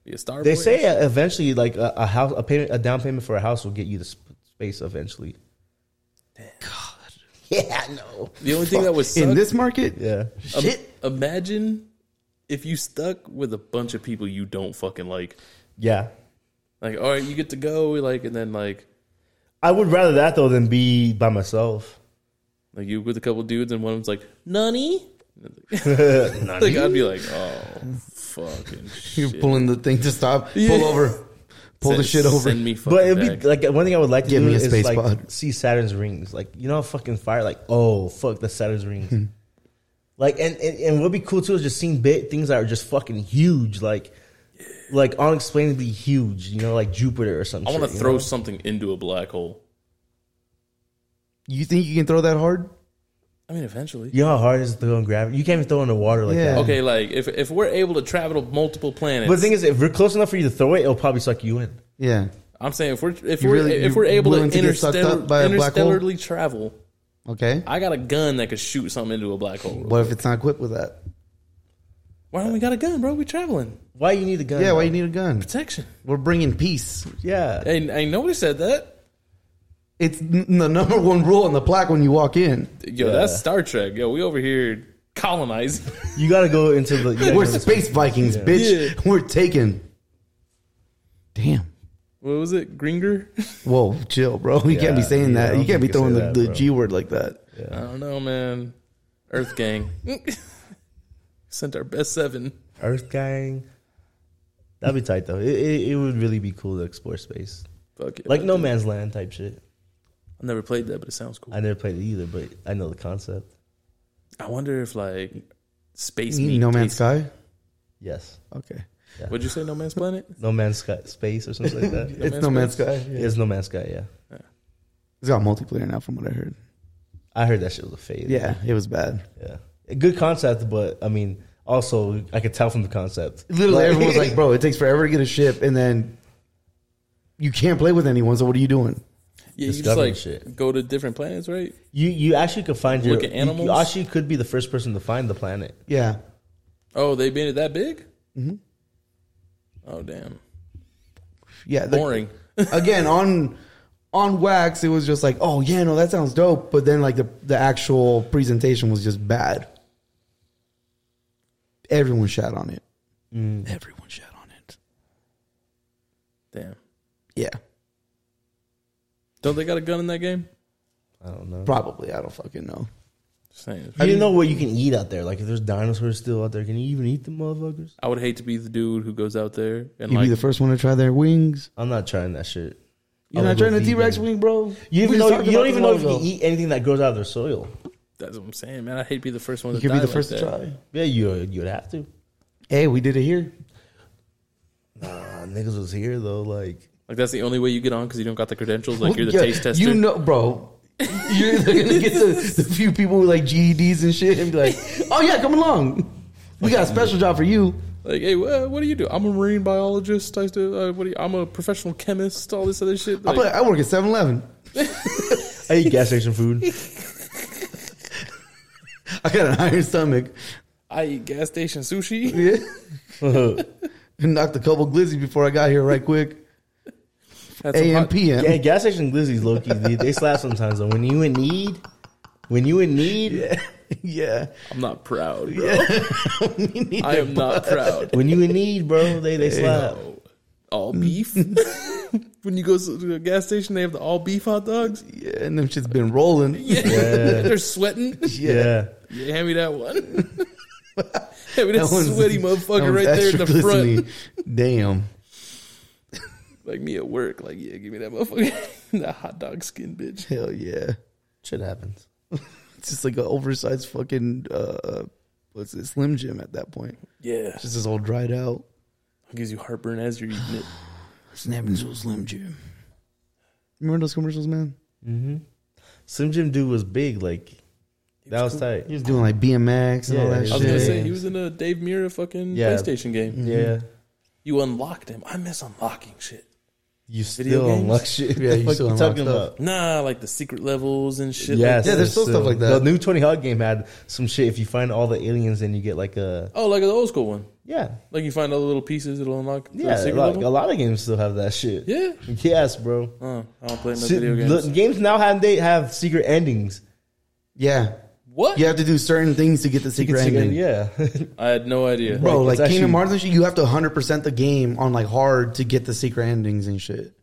D: be a star.
C: They
D: boy.
C: say uh, eventually, like a, a house, a payment, a down payment for a house will get you to sp- space eventually. God, [LAUGHS] yeah, I know.
D: the only thing that was
B: In
D: suck-
B: this market,
C: Yeah,
D: im-
B: shit.
D: Imagine if you stuck with a bunch of people you don't fucking like.
C: yeah.
D: Like, all right, you get to go. Like, and then like,
C: I would rather that though than be by myself.
D: like you with a couple dudes, and one of them's like,
B: [LAUGHS]
D: [LAUGHS] "Nunny." I think I'd be like, "Oh,
B: [LAUGHS]
D: fucking
B: You're
D: shit."
B: pulling the thing to stop.
D: Yeah.
B: Pull over. Pull the
D: Send-
B: shit over.
D: Send me fucking
C: But
D: back.
C: it'd be like one thing I would like to
B: Give
C: do
B: me a
C: is
B: space
C: like
B: pod.
C: see Saturn's rings. Like you know, how fucking fire. Like oh fuck, the Saturn's
B: Hmm.
C: rings. like and, and and what'd be cool too is just seeing big things that are just fucking huge. Like like unexplainably huge. You know, like Jupiter or something.
D: I want to throw something into a black hole.
B: You think you can throw that hard?
D: I mean, eventually.
C: You know how hard it is to throw in gravity? You can't even throw in the water like
B: Yeah.
C: that.
D: Okay, like if if we're able to travel to multiple planets,
C: But the thing is, if we're close enough for you to throw it, it'll probably suck you in.
B: Yeah.
D: I'm saying if we're if
B: You
D: we're
B: really-
D: if
B: you're
D: we're able to,
B: willing to get sucked
D: interstellar,
B: up by a black hole?
D: interstellarly travel,
B: Okay.
D: I got a gun that could shoot something into a black hole.
B: What if it's not equipped with that?
D: Why don't we got a gun, bro? We traveling
C: Why you need a gun?
B: Yeah. Why you
C: though?
B: need a gun?
D: protection.
B: We're bringing peace.
C: Yeah.
D: Hey, ain't nobody said that.
B: It's n- the number one rule on the plaque when you walk in.
D: Yo, that's Star Trek. Yo, we over here colonizing.
C: You gotta go into the. You gotta go
B: We're
C: into-
B: space Vikings, bitch.
D: Yeah.
B: We're taking. Damn.
D: what was it, Gringer?
B: Whoa, chill, bro. [LAUGHS] You can't be
C: Yeah,
B: saying
C: yeah, I
B: that.
C: don't
B: You can't be
C: think you
B: throwing
C: say
B: the,
C: that,
B: the
C: bro.
B: G word like that.
D: I don't know, man. Earth gang sent our best seven.
C: Earth gang. That'd be tight though. It, it, it would really be cool to explore space,
D: Fuck it.
C: like no man's land type shit.
D: I've never played that, but it sounds cool.
C: I never played it either, but I know the concept.
D: I wonder if like space.
B: You
D: meat
B: mean No Man's
D: tastes-
B: Sky?
C: Yes,
B: Okay.
D: Would you say No
B: [LAUGHS]
D: Man's Planet?
C: No Man's Sky, space or something like that.
B: it's No Man's Sky.
C: It is No Man's Sky. Yeah,
B: It's got multiplayer now, from what I heard.
C: I heard that shit was a fade.
B: Yeah, it was bad.
C: yeah. A good concept, but I mean, also I could tell from the concept.
B: Literally, everyone's like, [LAUGHS] bro, it takes forever to get a ship, and then you can't play with anyone. So what are you doing?
D: Yeah, you just
C: Discovering
D: like
C: shit.
D: go to different planets, right?
C: [LAUGHS] You you actually could find your
D: Look at
C: you- You,
D: animals?
C: actually could be the first person to find the planet.
B: Yeah,
D: Oh, they made it that big? Mm-hmm. Oh damn.
B: yeah. the-
D: Boring.
B: [LAUGHS] Again, on on wax, it was just like, oh yeah, no, that sounds dope. But then like the the actual presentation was just bad. Everyone shat on it. Everyone shat on it.
D: Damn.
B: Yeah,
D: Don't they got a gun in that game?
C: I don't know.
B: probably. I don't fucking know.
D: Just saying.
C: You didn't know what you can
B: mm.
C: eat out there. Like if there's dinosaurs still out there, can you even eat them motherfuckers?
D: I would hate to be the dude who goes out there
B: You'd
D: and like
B: be the first one to try their wings.
C: I'm not trying that shit.
B: You're
C: I
B: not
C: would
B: trying
C: go
B: the T Rex
C: vegan.
B: wing, bro.
C: You,
B: We just
C: even know,
B: talked
C: you don't
B: about this
C: even know
B: a
C: if you
B: while
C: can eat anything that grows out of their soil.
D: that's what I'm saying, man. I hate to be the first one
B: You
D: to
B: could
D: die
B: be the
D: like
B: first to
D: that.
B: try.
C: Yeah, you you'd have to.
B: Hey, we did it here.
C: Nah, niggas was here though. Like
D: Like that's the only way you get on because you don't got the credentials. Like you're the
B: Yeah,
D: taste tester.
B: You know, [LAUGHS] bro. You're either gonna get the, the few people with like GEDs and shit and be [LAUGHS] like, "Oh yeah, come along. We got a special job for you."
D: Like, hey, wha- what do you do? I'm a marine biologist. I do, uh, what do you, I'm a professional chemist. All this other shit.
B: I,
D: Like,
B: play, I work at 7-Eleven.
C: I eat gas station food. [LAUGHS]
B: I got an iron stomach. [LAUGHS]
D: I eat gas station sushi. [LAUGHS]
B: Yeah,
C: yeah,
B: and knocked a couple glizzy before I got here, right quick.
D: That's a
B: AM
D: hot-
B: PM.
C: gas station glizzies, low key. They, they slap sometimes though. When you in need, when you in need,
B: [LAUGHS] yeah.
D: I'm not proud, bro. I am not
C: [LAUGHS]
D: proud.
C: when you in need, bro, they they slap.
D: All beef. [LAUGHS] when you go to the gas station, they have the all beef hot dogs.
B: yeah, and them shit's been rolling.
D: Yeah, [LAUGHS] they're sweating.
C: Yeah.
D: Yeah, hand me that one. hand me that,
B: That one's- [LAUGHS]
D: sweaty
B: that
D: motherfucker
B: one's
D: right there in the
B: extra
D: front.
B: glistening. [LAUGHS] Damn.
D: Like me at work. Like, yeah, give me that motherfucker. [LAUGHS] that hot dog skin, bitch.
B: Hell yeah.
C: Shit happens.
B: It's just like an oversized fucking uh, what's it, Slim Jim at that point.
D: Yeah,
B: Just this all dried out.
D: gives you heartburn as you're eating it.
B: Snapping to a Slim Jim. Remember those commercials, man?
C: Sim Jim dude was big, like that was tight.
B: He was doing like BMX and all
C: Yeah,
B: that
C: he
B: shit.
D: I was gonna
C: Yeah.
D: say he was in a Dave Mira fucking
C: Yeah. Mm.
D: PlayStation game.
C: Yeah.
D: You unlocked him. I miss unlocking shit.
C: You
D: Video
C: still
D: games?
C: unlock shit.
B: Yeah, you
C: What
B: still
C: you
B: unlock
C: talking
B: stuff.
C: about?
D: Nah, like the secret levels and shit.
C: Yes,
D: like that.
B: Yeah, there's still stuff like that.
C: The new Tony Hawk game had some shit. If you find all the aliens, then you get like a
D: oh, like the old school one.
C: yeah,
D: Like you find all the little pieces, it'll unlock. The
C: yeah.
D: secret
C: Like, a
D: level.
C: lot of games still have that shit.
D: Yeah.
C: Yes, bro.
D: Uh, I don't play no
C: Shit,
D: video games.
C: look, games now have they have secret endings.
B: Yeah.
D: what?
B: You have to do certain things to get the secret
C: Secret-
B: ending.
C: yeah. [LAUGHS]
D: I had no idea.
B: Bro,
C: Like,
B: like,
C: it's actually-
B: Kingdom Hearts and shit, you have to 100% the game on like hard to get the secret endings and shit.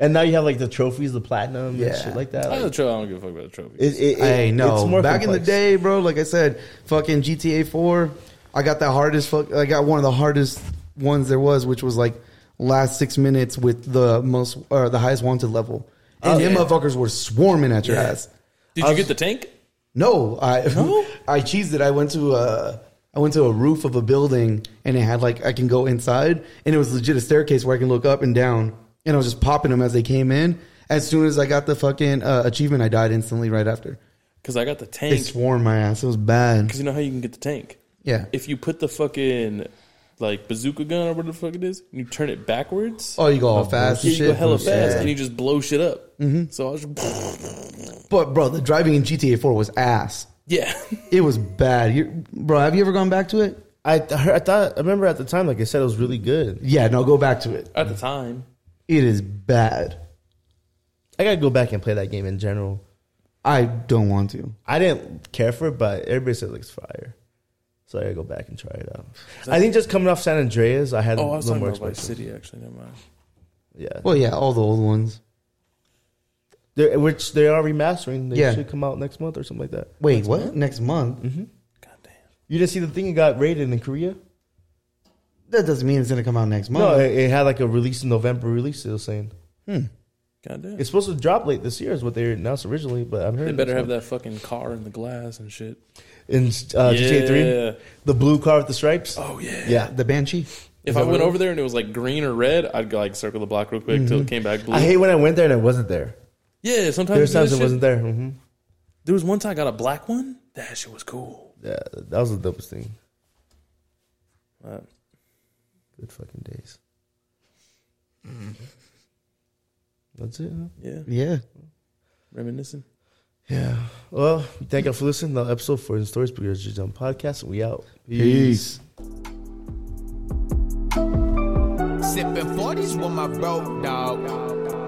C: and now you have like the trophies, the platinum, and
B: Yeah.
C: shit like that.
D: I,
C: Like,
D: don't tro- I don't give a fuck about the trophy.
C: it, it, it,
B: hey, no. Back in the
C: complex.
B: day, bro, like I said, fucking GTA 4, I got the hardest fuck I got one of the hardest ones there was, which was like last 6 minutes with the most or the highest wanted level. And
D: Oh,
B: them
D: yeah.
B: motherfuckers were swarming at your ass.
D: Did you get the tank?
B: No, I [LAUGHS] I cheesed it. I went to a I went to a roof of a building and it had like I can go inside and it was legit a staircase where I can look up and down and I was just popping them as they came in. As soon as I got the fucking uh, achievement, I died instantly right after.
D: Because I got the tank.
B: They
D: Because
B: swarmed my ass. It was bad.
D: you know how you can get the tank.
B: Yeah.
D: If you put the fucking like bazooka gun or whatever the fuck it is, and you turn it backwards.
B: Oh, you go all fast
D: Yeah,
B: and
D: you
B: shit.
D: go hella
B: Yeah.
D: fast and you just blow shit up.
C: Mm-hmm.
D: So I was just, [LAUGHS]
B: But bro, the driving in GTA 4 was ass.
D: yeah. [LAUGHS]
B: It was bad. you bro, have you ever gone back to it?
C: I, th- I thought I remember at the time, like I said, it was really good.
B: Yeah, no, go back to it.
D: At the time,
B: It
C: Mm-hmm.
B: is bad.
C: I gotta go back and play that game in general.
B: I don't want to.
C: I didn't care for it, but everybody said it looks fire, so I gotta go back and try it out. I think just coming off San Andreas, I had
D: oh, I
C: a
D: was talking
C: little more
D: about Vice
C: expectations.
D: City. Actually, never mind.
C: Yeah,
B: Well, yeah, all the old ones.
C: They're- which they are remastering. They
B: Yeah.
C: should come out next month or something like that.
B: Wait, what? Next month?
D: Mm-hmm. God damn.
C: You didn't see the thing it got rated in Korea?
B: That doesn't mean it's gonna come out next month.
C: No, it, it had like a release in November release. It was saying
D: God damn.
C: it's supposed to drop late this year, is what they announced originally. But I'm
D: they
C: hearing
D: better
C: it's
D: have that fucking car in the glass and shit.
C: in uh, GTA
D: Yeah.
C: Three, the blue car with the stripes.
D: Oh yeah.
C: yeah.
B: the Banshee.
D: If I went over there and it was like green or red, I'd go like circle the block real quick till it came back blue.
C: Mm-hmm. I hate when I went there and it wasn't there.
D: yeah, sometimes you do
C: There's
D: that
C: times it
D: shit.
C: wasn't there. hmm
D: There was one time I got a black one. That shit was cool.
C: Yeah, that was the dopest thing.
D: Uh,
C: Good fucking days. Mm-hmm. That's it. Huh?
D: yeah,
B: Yeah.
D: reminiscing.
C: Yeah. Well, thank y'all for listening to the episode for the Stories Because Just Done Podcast. We out.
B: Peace.
A: Sipping 40s with my bro, dog.